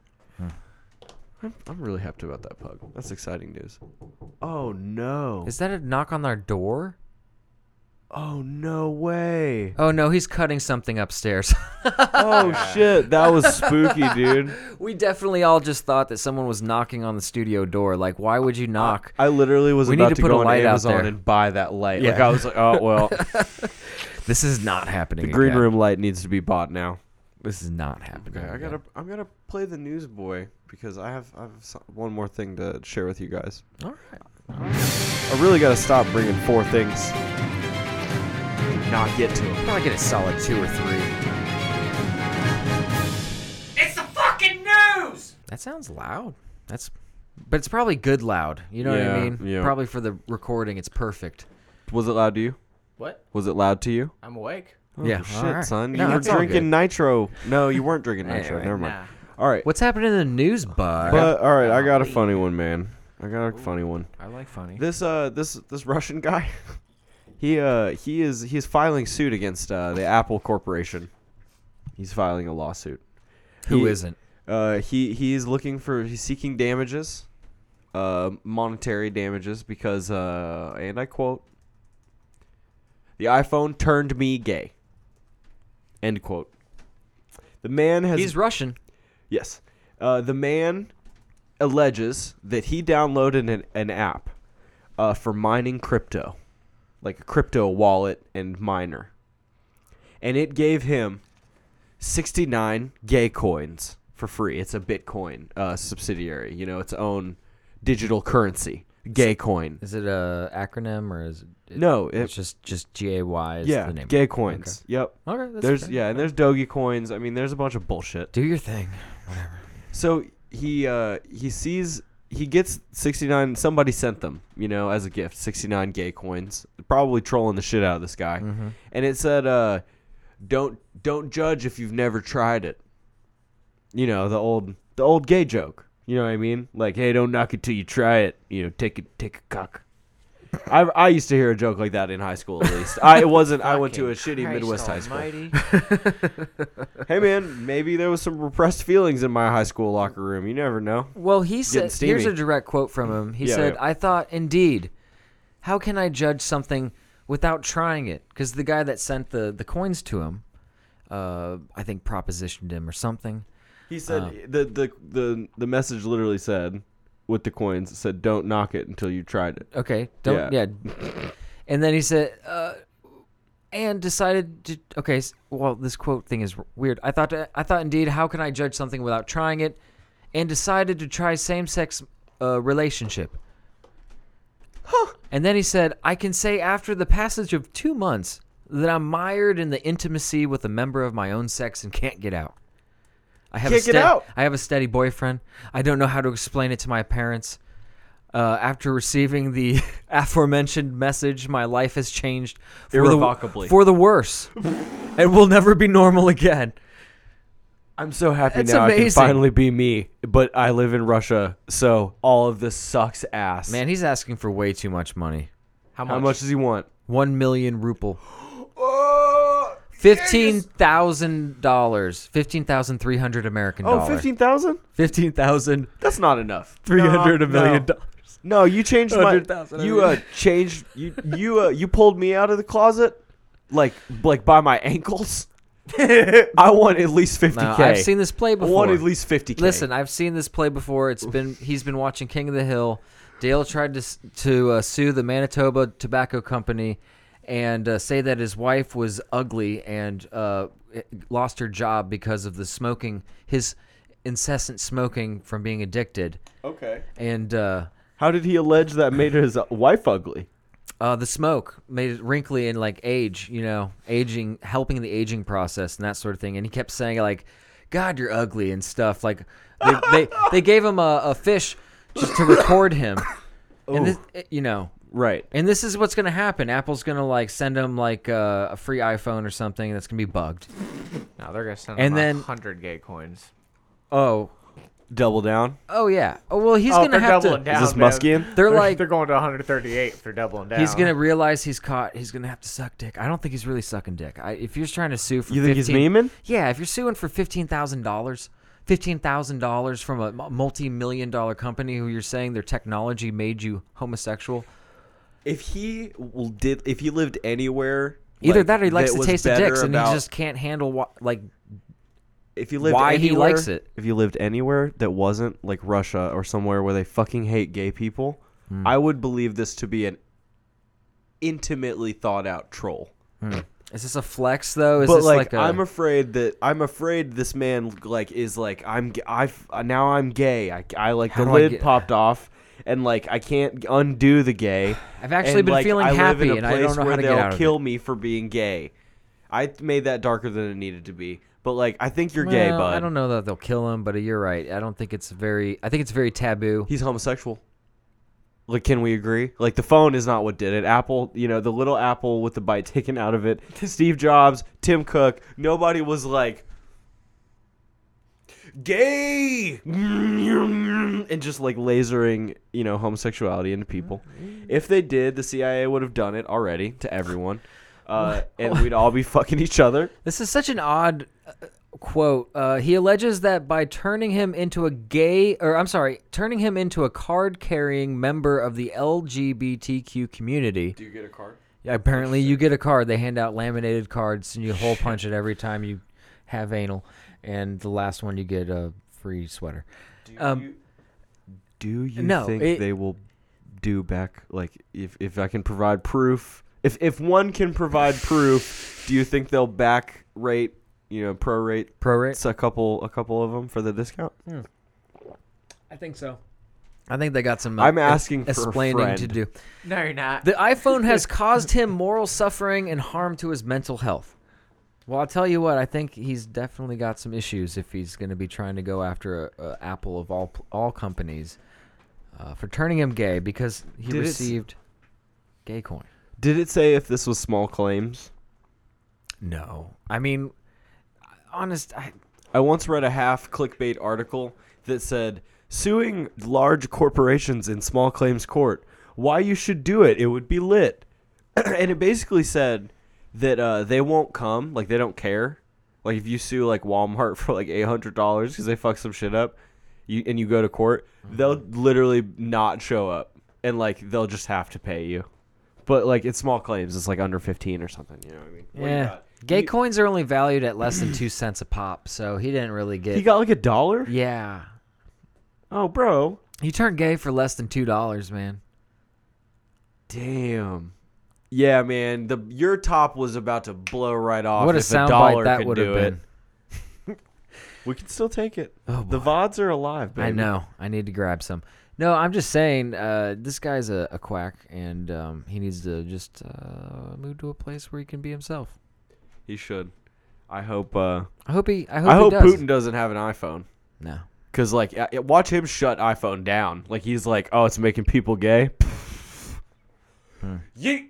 [SPEAKER 5] I'm, I'm really happy about that pug. That's exciting news. Oh no.
[SPEAKER 3] Is that a knock on our door?
[SPEAKER 5] oh no way.
[SPEAKER 3] Oh no, he's cutting something upstairs.
[SPEAKER 5] Oh shit. That was spooky, dude.
[SPEAKER 3] we definitely all just thought that someone was knocking on the studio door. Like, why would you knock?
[SPEAKER 5] I literally was
[SPEAKER 3] We need
[SPEAKER 5] about
[SPEAKER 3] to
[SPEAKER 5] to,
[SPEAKER 3] put a
[SPEAKER 5] go on
[SPEAKER 3] light out
[SPEAKER 5] Amazon
[SPEAKER 3] there.
[SPEAKER 5] and buy that light. Like
[SPEAKER 3] Yeah.
[SPEAKER 5] I was like, oh well,
[SPEAKER 3] This is not happening.
[SPEAKER 5] the green
[SPEAKER 3] again.
[SPEAKER 5] room light needs to be bought now.
[SPEAKER 3] This is not happening.
[SPEAKER 5] Okay, I
[SPEAKER 3] again.
[SPEAKER 5] gotta I'm gonna play the newsboy because I have I have so- one more thing to share with you guys. All right. I really gotta stop bringing four things. Not get to them.
[SPEAKER 3] Probably get a solid two or three.
[SPEAKER 6] It's the fucking news!
[SPEAKER 3] That sounds loud. That's, but it's probably good loud. You know what I
[SPEAKER 5] Yeah,
[SPEAKER 3] mean?
[SPEAKER 5] yeah.
[SPEAKER 3] Probably for the recording, it's perfect.
[SPEAKER 5] Was it loud to you?
[SPEAKER 7] What?
[SPEAKER 5] Was it loud to you?
[SPEAKER 7] I'm awake.
[SPEAKER 5] Oh,
[SPEAKER 3] Yeah,
[SPEAKER 5] shit,
[SPEAKER 3] alright.
[SPEAKER 5] son.
[SPEAKER 3] No,
[SPEAKER 5] you were
[SPEAKER 3] that's all
[SPEAKER 5] drinking
[SPEAKER 3] good.
[SPEAKER 5] nitro. No, you weren't drinking nitro.
[SPEAKER 3] Anyway,
[SPEAKER 5] Never mind.
[SPEAKER 7] Nah.
[SPEAKER 5] All right.
[SPEAKER 3] What's happening in the news, bud?
[SPEAKER 5] But all right, I got a funny one, man. I got a funny one.
[SPEAKER 7] I like funny.
[SPEAKER 5] This uh this this Russian guy, he uh he is he's filing suit against uh, the Apple Corporation. He's filing a lawsuit.
[SPEAKER 3] Who
[SPEAKER 5] he-
[SPEAKER 3] not
[SPEAKER 5] Uh, he he is looking for he's seeking damages, uh, monetary damages because uh, and I quote, the iPhone turned me gay. End quote. The man has
[SPEAKER 3] He's Russian.
[SPEAKER 5] yes, uh, the man alleges that he downloaded an, an app, uh, for mining crypto, like a crypto wallet and miner, and it gave him 69 gay coins for free. It's a Bitcoin uh, subsidiary, you know, its own digital currency, gay coin.
[SPEAKER 3] Is it a acronym or is it? it-
[SPEAKER 5] No, it-
[SPEAKER 3] it's just just G A Y. is
[SPEAKER 5] yeah,
[SPEAKER 3] the name.
[SPEAKER 5] gay coins. Yep.
[SPEAKER 3] Okay, that's
[SPEAKER 5] there's
[SPEAKER 3] fair.
[SPEAKER 5] yeah, and there's Doge coins. I mean, there's a bunch of bullshit.
[SPEAKER 3] Do your thing.
[SPEAKER 5] So he uh, he sees he gets 69 somebody sent them, you know, as a gift, 69 gay coins. Probably trolling the shit out of this guy. And it said uh don't don't judge if you've never tried it. You know, the old the old gay joke. You know what I mean? Like, hey, don't knock it till you try it. You know, take it take a cock. I, I used to hear a joke like that in high school at least. I it wasn't I went to a shitty Midwest high school. Hey man, maybe there was some repressed feelings in my high school locker room. You never know.
[SPEAKER 3] Well, he
[SPEAKER 5] Getting
[SPEAKER 3] said, here's a
[SPEAKER 5] steamy.
[SPEAKER 3] direct quote from him. He
[SPEAKER 5] Yeah,
[SPEAKER 3] said,
[SPEAKER 5] yeah.
[SPEAKER 3] I thought, indeed, how can I judge something without trying it? Because the guy that sent the, the coins to him, uh, I think propositioned him or something.
[SPEAKER 5] He said the, the the the message literally said with the coins it said don't knock it until you tried it.
[SPEAKER 3] Okay, don't, yeah.
[SPEAKER 5] Yeah.
[SPEAKER 3] and then he said, uh, and decided to, okay, s- well, this quote thing is weird. I thought, uh, I thought, indeed, how can I judge something without trying it? And decided to try same sex uh, relationship. And then he said, I can say after the passage of two months that I'm mired in the intimacy with a member of my own sex and can't get out. I have a
[SPEAKER 5] Can't get
[SPEAKER 3] stead-
[SPEAKER 5] out.
[SPEAKER 3] I have a steady boyfriend. I don't know how to explain it to my parents. Uh, after receiving the aforementioned message, my life has changed for
[SPEAKER 2] Irrevocably.
[SPEAKER 3] the for the worse, and will never be normal again.
[SPEAKER 5] I'm so happy
[SPEAKER 3] That's
[SPEAKER 5] now I can
[SPEAKER 3] amazing.
[SPEAKER 5] finally be me, but I live in Russia, so all of this sucks ass.
[SPEAKER 3] Man, he's asking for way too much money.
[SPEAKER 7] How much?
[SPEAKER 5] how much does he want?
[SPEAKER 3] One million ruble.
[SPEAKER 5] Oh,
[SPEAKER 3] Fifteen thousand dollars. Fifteen thousand three hundred American
[SPEAKER 5] Oh,
[SPEAKER 3] dollars.
[SPEAKER 5] 15,000?
[SPEAKER 3] Fifteen thousand
[SPEAKER 5] That's not enough.
[SPEAKER 3] three hundred
[SPEAKER 5] No,
[SPEAKER 3] a million
[SPEAKER 5] no.
[SPEAKER 3] dollars.
[SPEAKER 5] No, you changed my.
[SPEAKER 3] 100,000, I
[SPEAKER 5] You uh, changed. You you uh, you pulled me out of the closet, like like by my ankles. I want at least fifty
[SPEAKER 3] No,
[SPEAKER 5] k.
[SPEAKER 3] I've seen this play
[SPEAKER 5] I
[SPEAKER 3] before.
[SPEAKER 5] want at least fifty k.
[SPEAKER 3] Listen, I've seen this play before. It's been he's been watching King of the Hill. Dale tried to s- to uh, sue the Manitoba Tobacco Company and uh, say that his wife was ugly and uh, it- lost her job because of the smoking, his incessant smoking from being addicted.
[SPEAKER 5] okay.
[SPEAKER 3] And uh,
[SPEAKER 5] How did he allege that made his wife ugly?
[SPEAKER 3] uh, the smoke made it wrinkly and like age, you know, aging, helping the aging process and that sort of thing. And he kept saying like, "God, you're ugly" and stuff. Like they they, they gave him a, a fish just to record him, and this, eh, you know.
[SPEAKER 5] Right.
[SPEAKER 3] And this is what's gonna happen. Apple's gonna like send him like uh, a free iPhone or something that's gonna be bugged.
[SPEAKER 7] No, they're gonna send
[SPEAKER 3] And
[SPEAKER 7] him
[SPEAKER 3] then-
[SPEAKER 7] hundred gay coins.
[SPEAKER 3] Oh,
[SPEAKER 5] Double down.
[SPEAKER 3] oh yeah. Oh well, he's gonna
[SPEAKER 7] they're
[SPEAKER 3] have to.
[SPEAKER 7] doubling down.
[SPEAKER 5] Is this
[SPEAKER 7] man.
[SPEAKER 5] Muskian?
[SPEAKER 3] They're
[SPEAKER 7] They're
[SPEAKER 3] like
[SPEAKER 7] they're going to 138 if they're doubling down.
[SPEAKER 3] he's gonna realize he's caught. He's gonna have to suck dick. I don't think he's really sucking dick. I, if you're trying to sue for
[SPEAKER 5] You think he's
[SPEAKER 3] 15
[SPEAKER 5] memeing?
[SPEAKER 3] Yeah, if you're suing for fifteen thousand dollars, fifteen thousand dollars from a mu- multi-million dollar company who you're saying their technology made you homosexual,
[SPEAKER 5] If he w- did, if he lived anywhere,
[SPEAKER 3] either
[SPEAKER 5] like,
[SPEAKER 3] that or he likes
[SPEAKER 5] that
[SPEAKER 3] the
[SPEAKER 5] was
[SPEAKER 3] taste of
[SPEAKER 5] better
[SPEAKER 3] dicks and he
[SPEAKER 5] about-
[SPEAKER 3] just can't handle wha- like
[SPEAKER 5] if you lived
[SPEAKER 3] why he
[SPEAKER 5] anywhere,
[SPEAKER 3] likes it.
[SPEAKER 5] If you lived anywhere that wasn't like Russia or somewhere where they fucking hate gay people,
[SPEAKER 3] Hmm.
[SPEAKER 5] I would believe this to be an intimately thought out troll.
[SPEAKER 3] is this a flex though? Is
[SPEAKER 5] but
[SPEAKER 3] this
[SPEAKER 5] like,
[SPEAKER 3] like, a
[SPEAKER 5] I'm afraid that I'm afraid this man like is like I'm g- I f- uh, now I'm gay. I, I like
[SPEAKER 3] How
[SPEAKER 5] the
[SPEAKER 3] do I
[SPEAKER 5] lid
[SPEAKER 3] get-
[SPEAKER 5] popped off and like I can't undo the gay.
[SPEAKER 3] I've actually
[SPEAKER 5] and,
[SPEAKER 3] been
[SPEAKER 5] like,
[SPEAKER 3] feeling
[SPEAKER 5] I
[SPEAKER 3] happy
[SPEAKER 5] live in
[SPEAKER 3] and
[SPEAKER 5] a
[SPEAKER 3] I
[SPEAKER 5] place
[SPEAKER 3] don't know
[SPEAKER 5] where
[SPEAKER 3] how to get
[SPEAKER 5] they'll
[SPEAKER 3] out of
[SPEAKER 5] kill me for being gay. I th- made that darker than it needed to be. But like I think you're
[SPEAKER 3] well,
[SPEAKER 5] gay, bud.
[SPEAKER 3] I don't know that they'll kill him, but you're right. I don't think it's very. I think it's very taboo.
[SPEAKER 5] He's homosexual. Like, can we agree? Like, the phone is not what did it. Apple, you know, the little apple with the bite taken out of it. Steve Jobs, Tim Cook, nobody was like, gay, and just like lasering, you know, homosexuality into people. If they did, the CIA would have done it already to everyone. Uh, and we'd all be fucking each other.
[SPEAKER 3] This is such an odd uh, quote. Uh, he alleges that by turning him into a gay, or I'm sorry, turning him into a card carrying member of the LGBTQ community. Do you get a card? Yeah, apparently you get a card. They hand out laminated cards and you hole punch it every time you have anal. And the last one you get a free sweater. Um,
[SPEAKER 5] Do you
[SPEAKER 3] No,
[SPEAKER 5] think
[SPEAKER 3] it-
[SPEAKER 5] they will do back like if if I can provide proof? If if one can provide proof, do you think they'll back rate, you know, prorate
[SPEAKER 3] prorate?
[SPEAKER 5] a couple a couple of them for the discount?
[SPEAKER 3] I think so. I think they got some. uh,
[SPEAKER 5] I'm
[SPEAKER 3] e-
[SPEAKER 5] asking for a
[SPEAKER 3] explaining to
[SPEAKER 5] friend.
[SPEAKER 3] do.
[SPEAKER 7] No, you're not.
[SPEAKER 3] The iPhone has caused him moral suffering and harm to his mental health. Well, I'll tell you what. I think he's definitely got some issues if he's going to be trying to go after a, a Apple of all pl- all companies uh, for turning him gay because he
[SPEAKER 5] Did it s-
[SPEAKER 3] received gay coin.
[SPEAKER 5] Did it say if this was small claims?
[SPEAKER 3] No, I mean, honest. I,
[SPEAKER 5] I once read a half clickbait article that said suing large corporations in small claims court. Why you should do it? It would be lit. and it basically said that uh, they won't come, like they don't care. Like if you sue like Walmart for like eight hundred dollars because they fuck some shit up, you and you go to court, they'll literally not show up, and like they'll just have to pay you. But like it's small claims, it's like under fifteen or something. You know what I mean? What do you
[SPEAKER 3] yeah,
[SPEAKER 5] got?
[SPEAKER 3] gay coins are only valued at less than two cents a pop, so he didn't really get.
[SPEAKER 5] He got like a dollar.
[SPEAKER 3] yeah,
[SPEAKER 5] Oh, bro.
[SPEAKER 3] he turned gay for less than two dollars, man.
[SPEAKER 5] Damn. Yeah, man. The your top was about to blow right off.
[SPEAKER 3] what a
[SPEAKER 5] if dollar
[SPEAKER 3] soundbite that
[SPEAKER 5] could
[SPEAKER 3] would have
[SPEAKER 5] do
[SPEAKER 3] been.
[SPEAKER 5] it. We can still take it.
[SPEAKER 3] Oh,
[SPEAKER 5] the vods are alive, baby.
[SPEAKER 3] I know. I need to grab some. No, I'm just saying, uh, this guy's a, a quack, and um, he needs to just uh, move to a place where he can be himself.
[SPEAKER 5] He should. I hope. Uh,
[SPEAKER 3] I hope he. I hope,
[SPEAKER 5] I hope
[SPEAKER 3] he does.
[SPEAKER 5] Putin doesn't have an iPhone.
[SPEAKER 3] No,
[SPEAKER 5] Cause like, I- I- watch him shut iPhone down. Like he's like, oh, it's making people gay.
[SPEAKER 3] Hmm.
[SPEAKER 5] Yeet.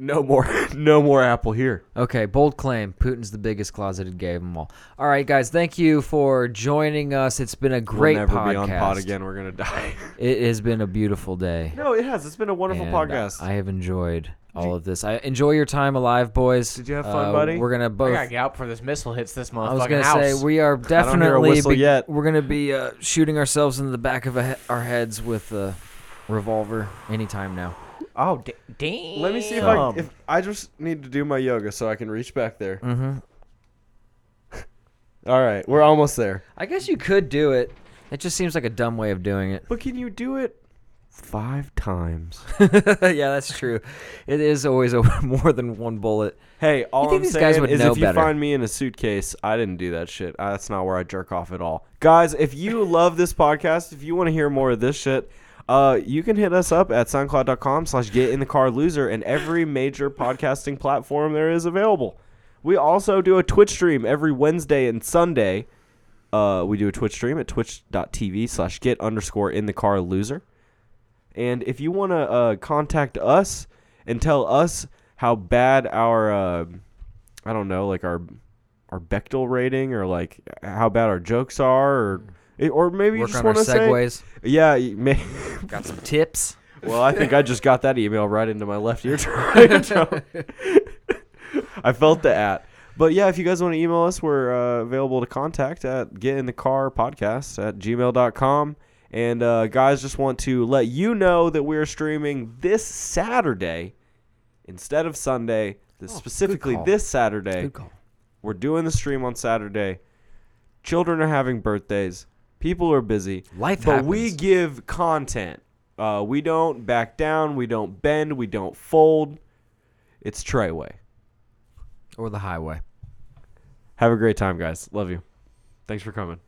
[SPEAKER 5] No more, no more Apple here.
[SPEAKER 3] Okay, bold claim. Putin's the biggest closeted gay of them all. All right, guys, thank you for joining us. It's been a great
[SPEAKER 5] we'll never
[SPEAKER 3] podcast.
[SPEAKER 5] be on pod again. We're gonna die.
[SPEAKER 3] It has been a beautiful day.
[SPEAKER 5] no, it has. It's been a wonderful
[SPEAKER 3] and
[SPEAKER 5] podcast.
[SPEAKER 3] I have enjoyed all of this. I enjoy your time alive, boys. Did
[SPEAKER 5] you have fun, buddy?
[SPEAKER 3] We're gonna both.
[SPEAKER 7] I gotta get out before this missile hits this motherfucking
[SPEAKER 3] I was gonna
[SPEAKER 7] house.
[SPEAKER 3] say we are
[SPEAKER 5] don't hear a
[SPEAKER 3] definitely
[SPEAKER 5] whistle yet.
[SPEAKER 3] we're gonna be uh, shooting ourselves in the back of a he- our heads with a revolver anytime now.
[SPEAKER 7] oh, d- damn.
[SPEAKER 5] Let me see if
[SPEAKER 3] Um,
[SPEAKER 5] I if I just need to do my yoga so I can reach back there.
[SPEAKER 3] Mhm.
[SPEAKER 5] All right, we're almost there.
[SPEAKER 3] I guess you could do it. It just seems like a dumb way of doing it.
[SPEAKER 5] But can you do it five times?
[SPEAKER 3] yeah, that's true. It is always a, more than one bullet.
[SPEAKER 5] Hey, all
[SPEAKER 3] think
[SPEAKER 5] I'm
[SPEAKER 3] these
[SPEAKER 5] saying
[SPEAKER 3] guys would
[SPEAKER 5] is
[SPEAKER 3] know
[SPEAKER 5] if you
[SPEAKER 3] better?
[SPEAKER 5] find me in a suitcase, I didn't do that shit. Uh, that's not where I jerk off at all. Guys, if you love this podcast, if you want to hear more of this shit, uh, you can hit us up at soundcloud.com slash get in the car loser and every major podcasting platform there is available. We also do a Twitch stream every Wednesday and Sunday. Uh, we do a Twitch stream at twitch.tv slash get underscore in the car loser. And if you want to uh, contact us and tell us how bad our, uh, I don't know, like our our Bechtel rating or like uh, how bad our jokes are, or or maybe
[SPEAKER 3] Mm.
[SPEAKER 5] you
[SPEAKER 3] Work
[SPEAKER 5] just
[SPEAKER 3] on our
[SPEAKER 5] want to say,
[SPEAKER 3] segues.
[SPEAKER 5] yeah, you may,
[SPEAKER 3] Got some tips.
[SPEAKER 5] well, I think I just got that email right into my left ear. No. I felt the at. But yeah, if you guys want to email us, we're uh, available to contact at getinthecarpodcast at gmail.com. And uh, guys, just want to let you know that we're streaming this Saturday instead of Sunday, this specifically
[SPEAKER 3] Oh, call.
[SPEAKER 5] this Saturday.
[SPEAKER 3] Good call.
[SPEAKER 5] We're doing the stream on Saturday. Children are having birthdays. People are busy.
[SPEAKER 3] Life
[SPEAKER 5] But we
[SPEAKER 3] happens.
[SPEAKER 5] give content. Uh, we don't back down. We don't bend. We don't fold. It's Treyway.
[SPEAKER 3] Or the highway.
[SPEAKER 5] Have a great time, guys. Love you. Thanks for coming.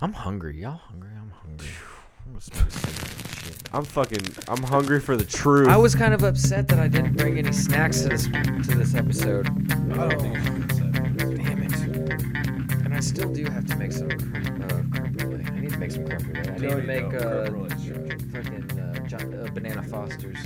[SPEAKER 3] I'm hungry. Y'all hungry? I'm hungry.
[SPEAKER 5] I'm fucking. I'm hungry for the truth.
[SPEAKER 3] I was kind of upset that I didn't bring any snacks to this to this episode. Damn it! And I still do have to make some creme- uh, creme brulee. I need to make some creme brulee. I need to make uh, fucking uh, John, uh, banana Foster's.